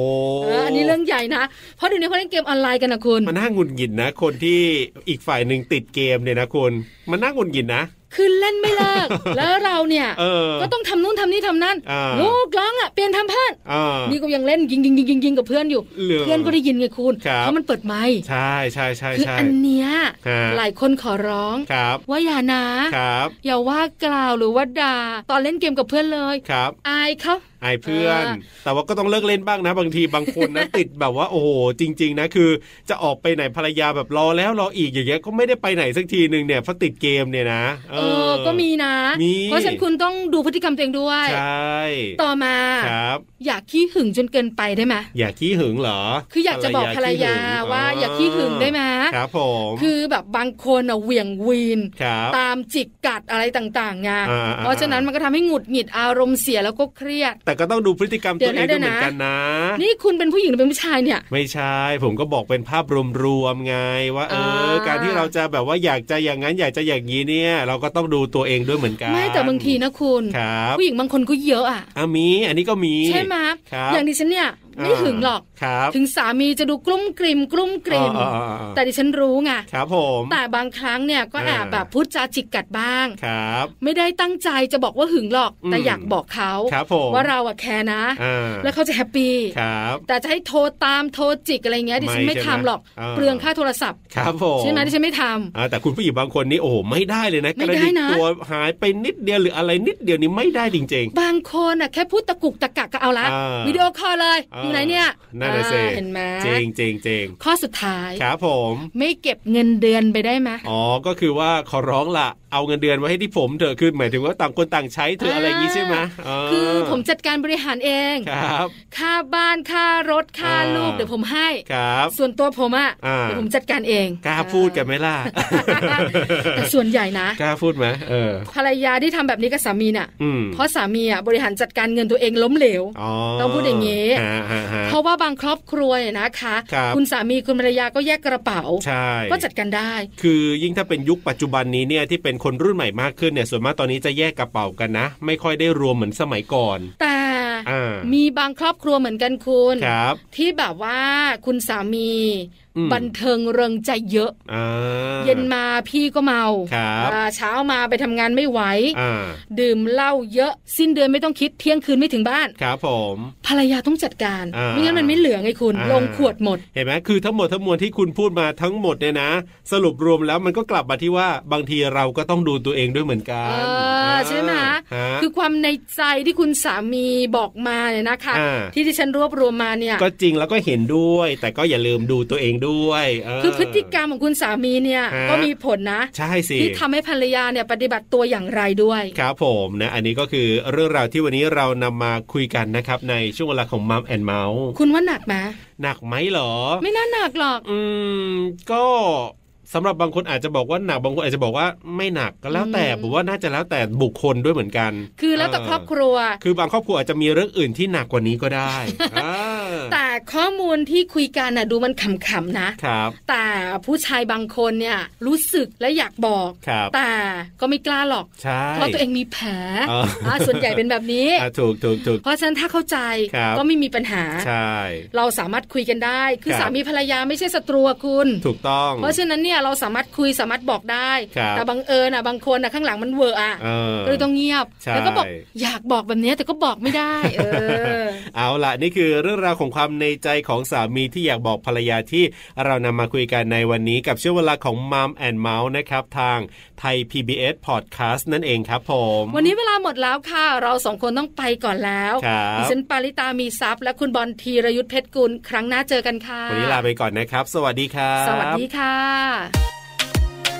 [SPEAKER 1] เอออันนี้เรื่องใหญ่นะเพราะเดี๋ยวนี้เขาเล่นเกมออนไลน์กันนะคุณ
[SPEAKER 2] มันน่าหงุดหงิดนะ คนที่อีกฝ่ายหนึ่งติดเกมเนี่ยนะคุณมันน่าหงุดหงิดนะ
[SPEAKER 1] คือเล่นไม่เลิก แล้วเราเนี่ย
[SPEAKER 2] เออ
[SPEAKER 1] ก็ต้องทำนู่นทำนี่ทำนั่น
[SPEAKER 2] อ่า
[SPEAKER 1] ลูกร้องอ่ะเปลี่ยนทำเพื่อน
[SPEAKER 2] อ่า
[SPEAKER 1] นี่ก็ยังเล่นยิงยิงยิงยิงยิงกับเพื่อนอยู่
[SPEAKER 2] เหลือ
[SPEAKER 1] เพื่อนก็ได้ยินไงคุณ
[SPEAKER 2] ครับ
[SPEAKER 1] เพราะมันเปิดไมค์
[SPEAKER 2] ใช่ใช่ใช่
[SPEAKER 1] คื
[SPEAKER 2] ใช่
[SPEAKER 1] อันเนี้ย
[SPEAKER 2] ฮะ
[SPEAKER 1] หลายคนขอร้อง
[SPEAKER 2] ครับ
[SPEAKER 1] ว่าอย่านะ
[SPEAKER 2] ครับ
[SPEAKER 1] อย่าว่ากล่าวหรือว่าด่าตอนเล่นเกมกับเพื่อนเลย
[SPEAKER 2] ครับ
[SPEAKER 1] อายเขา
[SPEAKER 2] อายเพื่อน
[SPEAKER 1] เออ
[SPEAKER 2] แต่ว่าก็ต้องเลิกเล่นบ้างนะ บางทีบางคน นะ ติดแบบว่าโอ้โหจริง ๆ นะ คือจะออกไปไหนภรรยาแบบรอแล้วรออีกอย่างเงี้ยก็ไม่ได้ไปไหนสักทีหนึ่งเนี่ยเพราะติดเกมเนี่ยนะ
[SPEAKER 1] เออก็มีนะ
[SPEAKER 2] มี
[SPEAKER 1] เพราะฉะนั้นคุณต้องดูพฤติกรรมตัวเองด้วย
[SPEAKER 2] ใช่
[SPEAKER 1] ต่อมา
[SPEAKER 2] ครับ
[SPEAKER 1] อย่าขี้หึงจนเกินไปได้ไหม
[SPEAKER 2] อย่าขี้หึงเหรอ
[SPEAKER 1] คืออยากจะบอกภรรยา
[SPEAKER 2] ขี้หึง
[SPEAKER 1] ว่าอย่าขี้หึงได้ไหม
[SPEAKER 2] ครับผม
[SPEAKER 1] คือแบบบางคนอ่ะเหวี่ยงวีน
[SPEAKER 2] ครับ
[SPEAKER 1] ตามจิกกัดอะไรต่างๆไง
[SPEAKER 2] อ่าๆ
[SPEAKER 1] เพราะฉะนั้นมันก็ทำให้หงุดหงิดอารมณ์เสียแล้วก็เครียด
[SPEAKER 2] แต่ก็ต้องดูพฤติกรรมตัวเอง
[SPEAKER 1] เดี๋
[SPEAKER 2] ด้
[SPEAKER 1] ยววย นะ
[SPEAKER 2] เหมือนกันนะ
[SPEAKER 1] นี่คุณเป็นผู้หญิงหรือเป็นผู้ชายเนี่ย
[SPEAKER 2] ไม่ใช่ ผมก็บอกเป็นภาพรวมๆไงว่าเออ
[SPEAKER 1] อ่า
[SPEAKER 2] การที่เราจะแบบว่าอยากจะอย่างนั้นอยากจะอย่างนี้เนี่ย เราก็ต้องดูตัวเองด้วยเหมือนกัน
[SPEAKER 1] ไม่แต่บางทีนะคุณ
[SPEAKER 2] ครับ
[SPEAKER 1] ผู้หญิงบางคนก็เยอะอ่ะ
[SPEAKER 2] อามีอันนี้ก็มี
[SPEAKER 1] ใช่ไหม
[SPEAKER 2] ครับ
[SPEAKER 1] อย่างดิฉันเนี่ยไม่หึงหรอก
[SPEAKER 2] ครับ
[SPEAKER 1] ถึงสามีจะดูกลุ้มกลิ่มกลุ้มกลิ่ม
[SPEAKER 2] อ่าอ่าอ่า
[SPEAKER 1] แต่ดิฉันรู้ไง
[SPEAKER 2] ครับผม
[SPEAKER 1] แต่บางครั้งเนี่ยก็แอบ
[SPEAKER 2] อ่า
[SPEAKER 1] แบบพูดจาจิกกัดบ้าง
[SPEAKER 2] ครับ
[SPEAKER 1] ไม่ได้ตั้งใจจะบอกว่าหึงหรอก
[SPEAKER 2] อืม
[SPEAKER 1] แต่อยากบอกเขา
[SPEAKER 2] ครับผม
[SPEAKER 1] ว่าเราอะแคร์นะ
[SPEAKER 2] อ่า
[SPEAKER 1] แล้วเขาจะแฮปปี้
[SPEAKER 2] ครับ
[SPEAKER 1] แต่จะให้โทรตามโทรจิกอะไรเงี้ยดิฉัน
[SPEAKER 2] ไม่
[SPEAKER 1] ไม่
[SPEAKER 2] ใช่ไหม
[SPEAKER 1] ทำหรอก
[SPEAKER 2] อ่า
[SPEAKER 1] เปลืองค่าโทรศัพท์
[SPEAKER 2] ครับผม
[SPEAKER 1] ใช่ไหมดิฉันไม่ท
[SPEAKER 2] อ่าแต่คุณผู้หญิงบางคนนี่โอ้โหไม่ได้เลยนะ
[SPEAKER 1] ไม่ได้นะ
[SPEAKER 2] กระกตัวหายไปนิดเดียวหรืออะไรนิดเดียวนี้ไม่ได้จริง
[SPEAKER 1] ำบางคนอ่ะแค่พูดตะกุกตะกักก็เอาละ
[SPEAKER 2] อ่า
[SPEAKER 1] วิดีโอคอลเลย
[SPEAKER 2] อ่า
[SPEAKER 1] อยู่ไหนเนี่ย
[SPEAKER 2] นั่นน่ะสิ
[SPEAKER 1] อ่าเห็นไหม
[SPEAKER 2] ๆเจงเจงเจง
[SPEAKER 1] ข้อสุดท้าย
[SPEAKER 2] ครับผม
[SPEAKER 1] ไม่เก็บเงินเดือนไปได้ไหม
[SPEAKER 2] อ๋อ ก็คือว่าขอร้องล่ะ เอาเงินเดือนไว้ให้ที่ผมเถอะ คือหมายถึงว่าต่างคนต่างใช้เถอะ
[SPEAKER 1] อ่า
[SPEAKER 2] อะไรอย่างงี้ใช่ไหมเ
[SPEAKER 1] คือผมจัดการบริหารเอง
[SPEAKER 2] ครับ
[SPEAKER 1] ค่าบ้านค่ารถค่า
[SPEAKER 2] อ่า
[SPEAKER 1] ลูกเดี๋ยวผมให้
[SPEAKER 2] ครับ
[SPEAKER 1] ส่วนตัวผมอ่ะ
[SPEAKER 2] อ่า
[SPEAKER 1] เดี๋ยวผมจัดการเอง
[SPEAKER 2] กล้าพูดกันไหมล่ะ
[SPEAKER 1] แต่ส่วนใหญ่นะ
[SPEAKER 2] กล้าพูดไหมเออ
[SPEAKER 1] ภรรยาที่ทำแบบนี้กับสามีน่ะ
[SPEAKER 2] อืม
[SPEAKER 1] เพราะสามีอ่ะบริหารจัดการเงินตัวเองล้มเหลว
[SPEAKER 2] อ๋อ
[SPEAKER 1] ต้องพูดอย่างงี้
[SPEAKER 2] ฮะฮะฮะ
[SPEAKER 1] เพราะว่าบางครอบครัวเนี่ยนะคะ
[SPEAKER 2] ครับ
[SPEAKER 1] คุณสามีคุณภรรยาก็แยกกระเป๋า
[SPEAKER 2] ใช่
[SPEAKER 1] ก็จัดการได้
[SPEAKER 2] คือยิ่งถ้าเป็นยุคปัจจุบันนี้เนี่ยที่เป็นคนรุ่นใหม่มากขึ้นเนี่ยส่วนมากตอนนี้จะแยกกระเป๋ากันนะ ไม่ค่อยได้รวมเหมือนสมัยก่อน
[SPEAKER 1] แต่
[SPEAKER 2] อ่ามี
[SPEAKER 1] มีบางครอบครัวเหมือนกันคุณ
[SPEAKER 2] ครับ
[SPEAKER 1] ที่แบบว่าคุณสามี
[SPEAKER 2] อืม
[SPEAKER 1] บันเทิงเริงใจเยอะ
[SPEAKER 2] อ่า
[SPEAKER 1] เย็นมาพี่ก็เมา
[SPEAKER 2] ครับ
[SPEAKER 1] อ่าเช้ามาไปทำงานไม่ไหว
[SPEAKER 2] อ่า
[SPEAKER 1] ดื่มเหล้าเยอะ สิ้นเดือนไม่ต้องคิดเที่ยงคืนไม่ถึงบ้าน
[SPEAKER 2] ครับผม
[SPEAKER 1] ภรรยาต้องจัดการ
[SPEAKER 2] อ่า
[SPEAKER 1] ไม่งั้นมันไม่เหลือไงคุณ
[SPEAKER 2] อ่า
[SPEAKER 1] ลงขวดหมด
[SPEAKER 2] เห็นไหมคือทั้งหมดทั้งมวลที่คุณพูดมาทั้งหมดเนี่ยนะ สรุปรวมแล้วมันก็กลับมาที่ว่าบางทีเราก็ต้องดูตัวเองด้วยเหมือนกั
[SPEAKER 1] เอน อใช่ไหม
[SPEAKER 2] ฮะ
[SPEAKER 1] คือความในใจที่คุณสามีบอกมาเนี่ยนะคะ
[SPEAKER 2] อ่า
[SPEAKER 1] ที่ที่ฉันรวบรวมมาเนี่ย
[SPEAKER 2] ก็จริงแล้วก็เห็นด้วย แต่ก็อย่าลืมดูตัวเองด้วยเ
[SPEAKER 1] คือพฤติกรรมของคุณสามีเนี่ย
[SPEAKER 2] ฮะ
[SPEAKER 1] ก็มีผลนะ
[SPEAKER 2] ใช่สิ
[SPEAKER 1] ที่ทำให้ภรรยาเนี่ยปฏิบัติตัวอย่างไรด้วย
[SPEAKER 2] ครับผมนะอันนี้ก็คือเรื่องราวที่วันนี้เรานำมาคุยกันนะครับ ในช่วงเวลาของมัมแอนเมาส์
[SPEAKER 1] คุณว่าหนักไหม
[SPEAKER 2] หนักไหมเหรอ
[SPEAKER 1] ไม่น่าหนักหรอก
[SPEAKER 2] อืม ก็ สำหรับบางคนอาจจะบอกว่าหนักบางคนอาจจะบอกว่าไม่หนักก็แล้วแต่
[SPEAKER 1] อืม
[SPEAKER 2] ผมว่าน่าจะแล้วแต่บุคคลด้วยเหมือนกัน
[SPEAKER 1] คือแล้วแต่
[SPEAKER 2] า
[SPEAKER 1] ครอบครัว
[SPEAKER 2] คือบางครอบครัวอาจจะมีเรื่องอื่นที่หนักกว่านี้ก็ได้ อ่า
[SPEAKER 1] แต่ข้อมูลที่คุยกันน่ะดูมันขำๆนะ
[SPEAKER 2] ครับ
[SPEAKER 1] แต่ผู้ชายบางคนเนี่ยรู้สึกและอยากบอก
[SPEAKER 2] ครับ
[SPEAKER 1] แต่ก็ไม่กล้าหรอก
[SPEAKER 2] ใช่
[SPEAKER 1] เพราะตัวเองมีแผล
[SPEAKER 2] เอออ่
[SPEAKER 1] าส่วนใหญ่เป็นแบบนี้
[SPEAKER 2] อ่าถูกถูกถูก
[SPEAKER 1] เพราะฉะนั้นถ้าเข้าใจ
[SPEAKER 2] ครับ
[SPEAKER 1] ก็ไม่มีปัญหา
[SPEAKER 2] ใช่
[SPEAKER 1] เราสามารถคุยกันได้ คือ
[SPEAKER 2] ครับ
[SPEAKER 1] สามีภรรยาไม่ใช่ศัตรูอะคุณ
[SPEAKER 2] ถูกต้อง
[SPEAKER 1] เพราะฉะนั้นเนี่ยเราสามารถคุยสามารถบอกได้
[SPEAKER 2] ครับ
[SPEAKER 1] แต่บังเอิญอ่ะบางคนอ่ะข้างหลังมันเวอร์อ่ะ
[SPEAKER 2] เออ
[SPEAKER 1] ก็เลยต้องเงียบ
[SPEAKER 2] ใช่
[SPEAKER 1] แล้วก็บอกอยากบอกแบบเนี้ยแต่ก็บอกไม่ได้ เออ
[SPEAKER 2] เอาล่ะนี่คือเรื่องราวของความในใจของสามีที่อยากบอกภรรยาที่เรานำมาคุยกันในวันนี้กับช่วงเวลาของมัมแอนเมาส์นะครับ ทางไทย PBS Podcast นั่นเองครับผม
[SPEAKER 1] วันนี้เวลาหมดแล้วค่ะ เราสองคนต้องไปก่อนแล้ว
[SPEAKER 2] ครับ
[SPEAKER 1] ดิฉันปาริตามีซัพย์ และคุณบอลธีรยุทธเพชรกุลครั้งหน้าเจอกันค่ะ
[SPEAKER 2] วันนี้ลาไปก่อนนะครับ สวัสดีครับ
[SPEAKER 1] สวัสดีค่ะ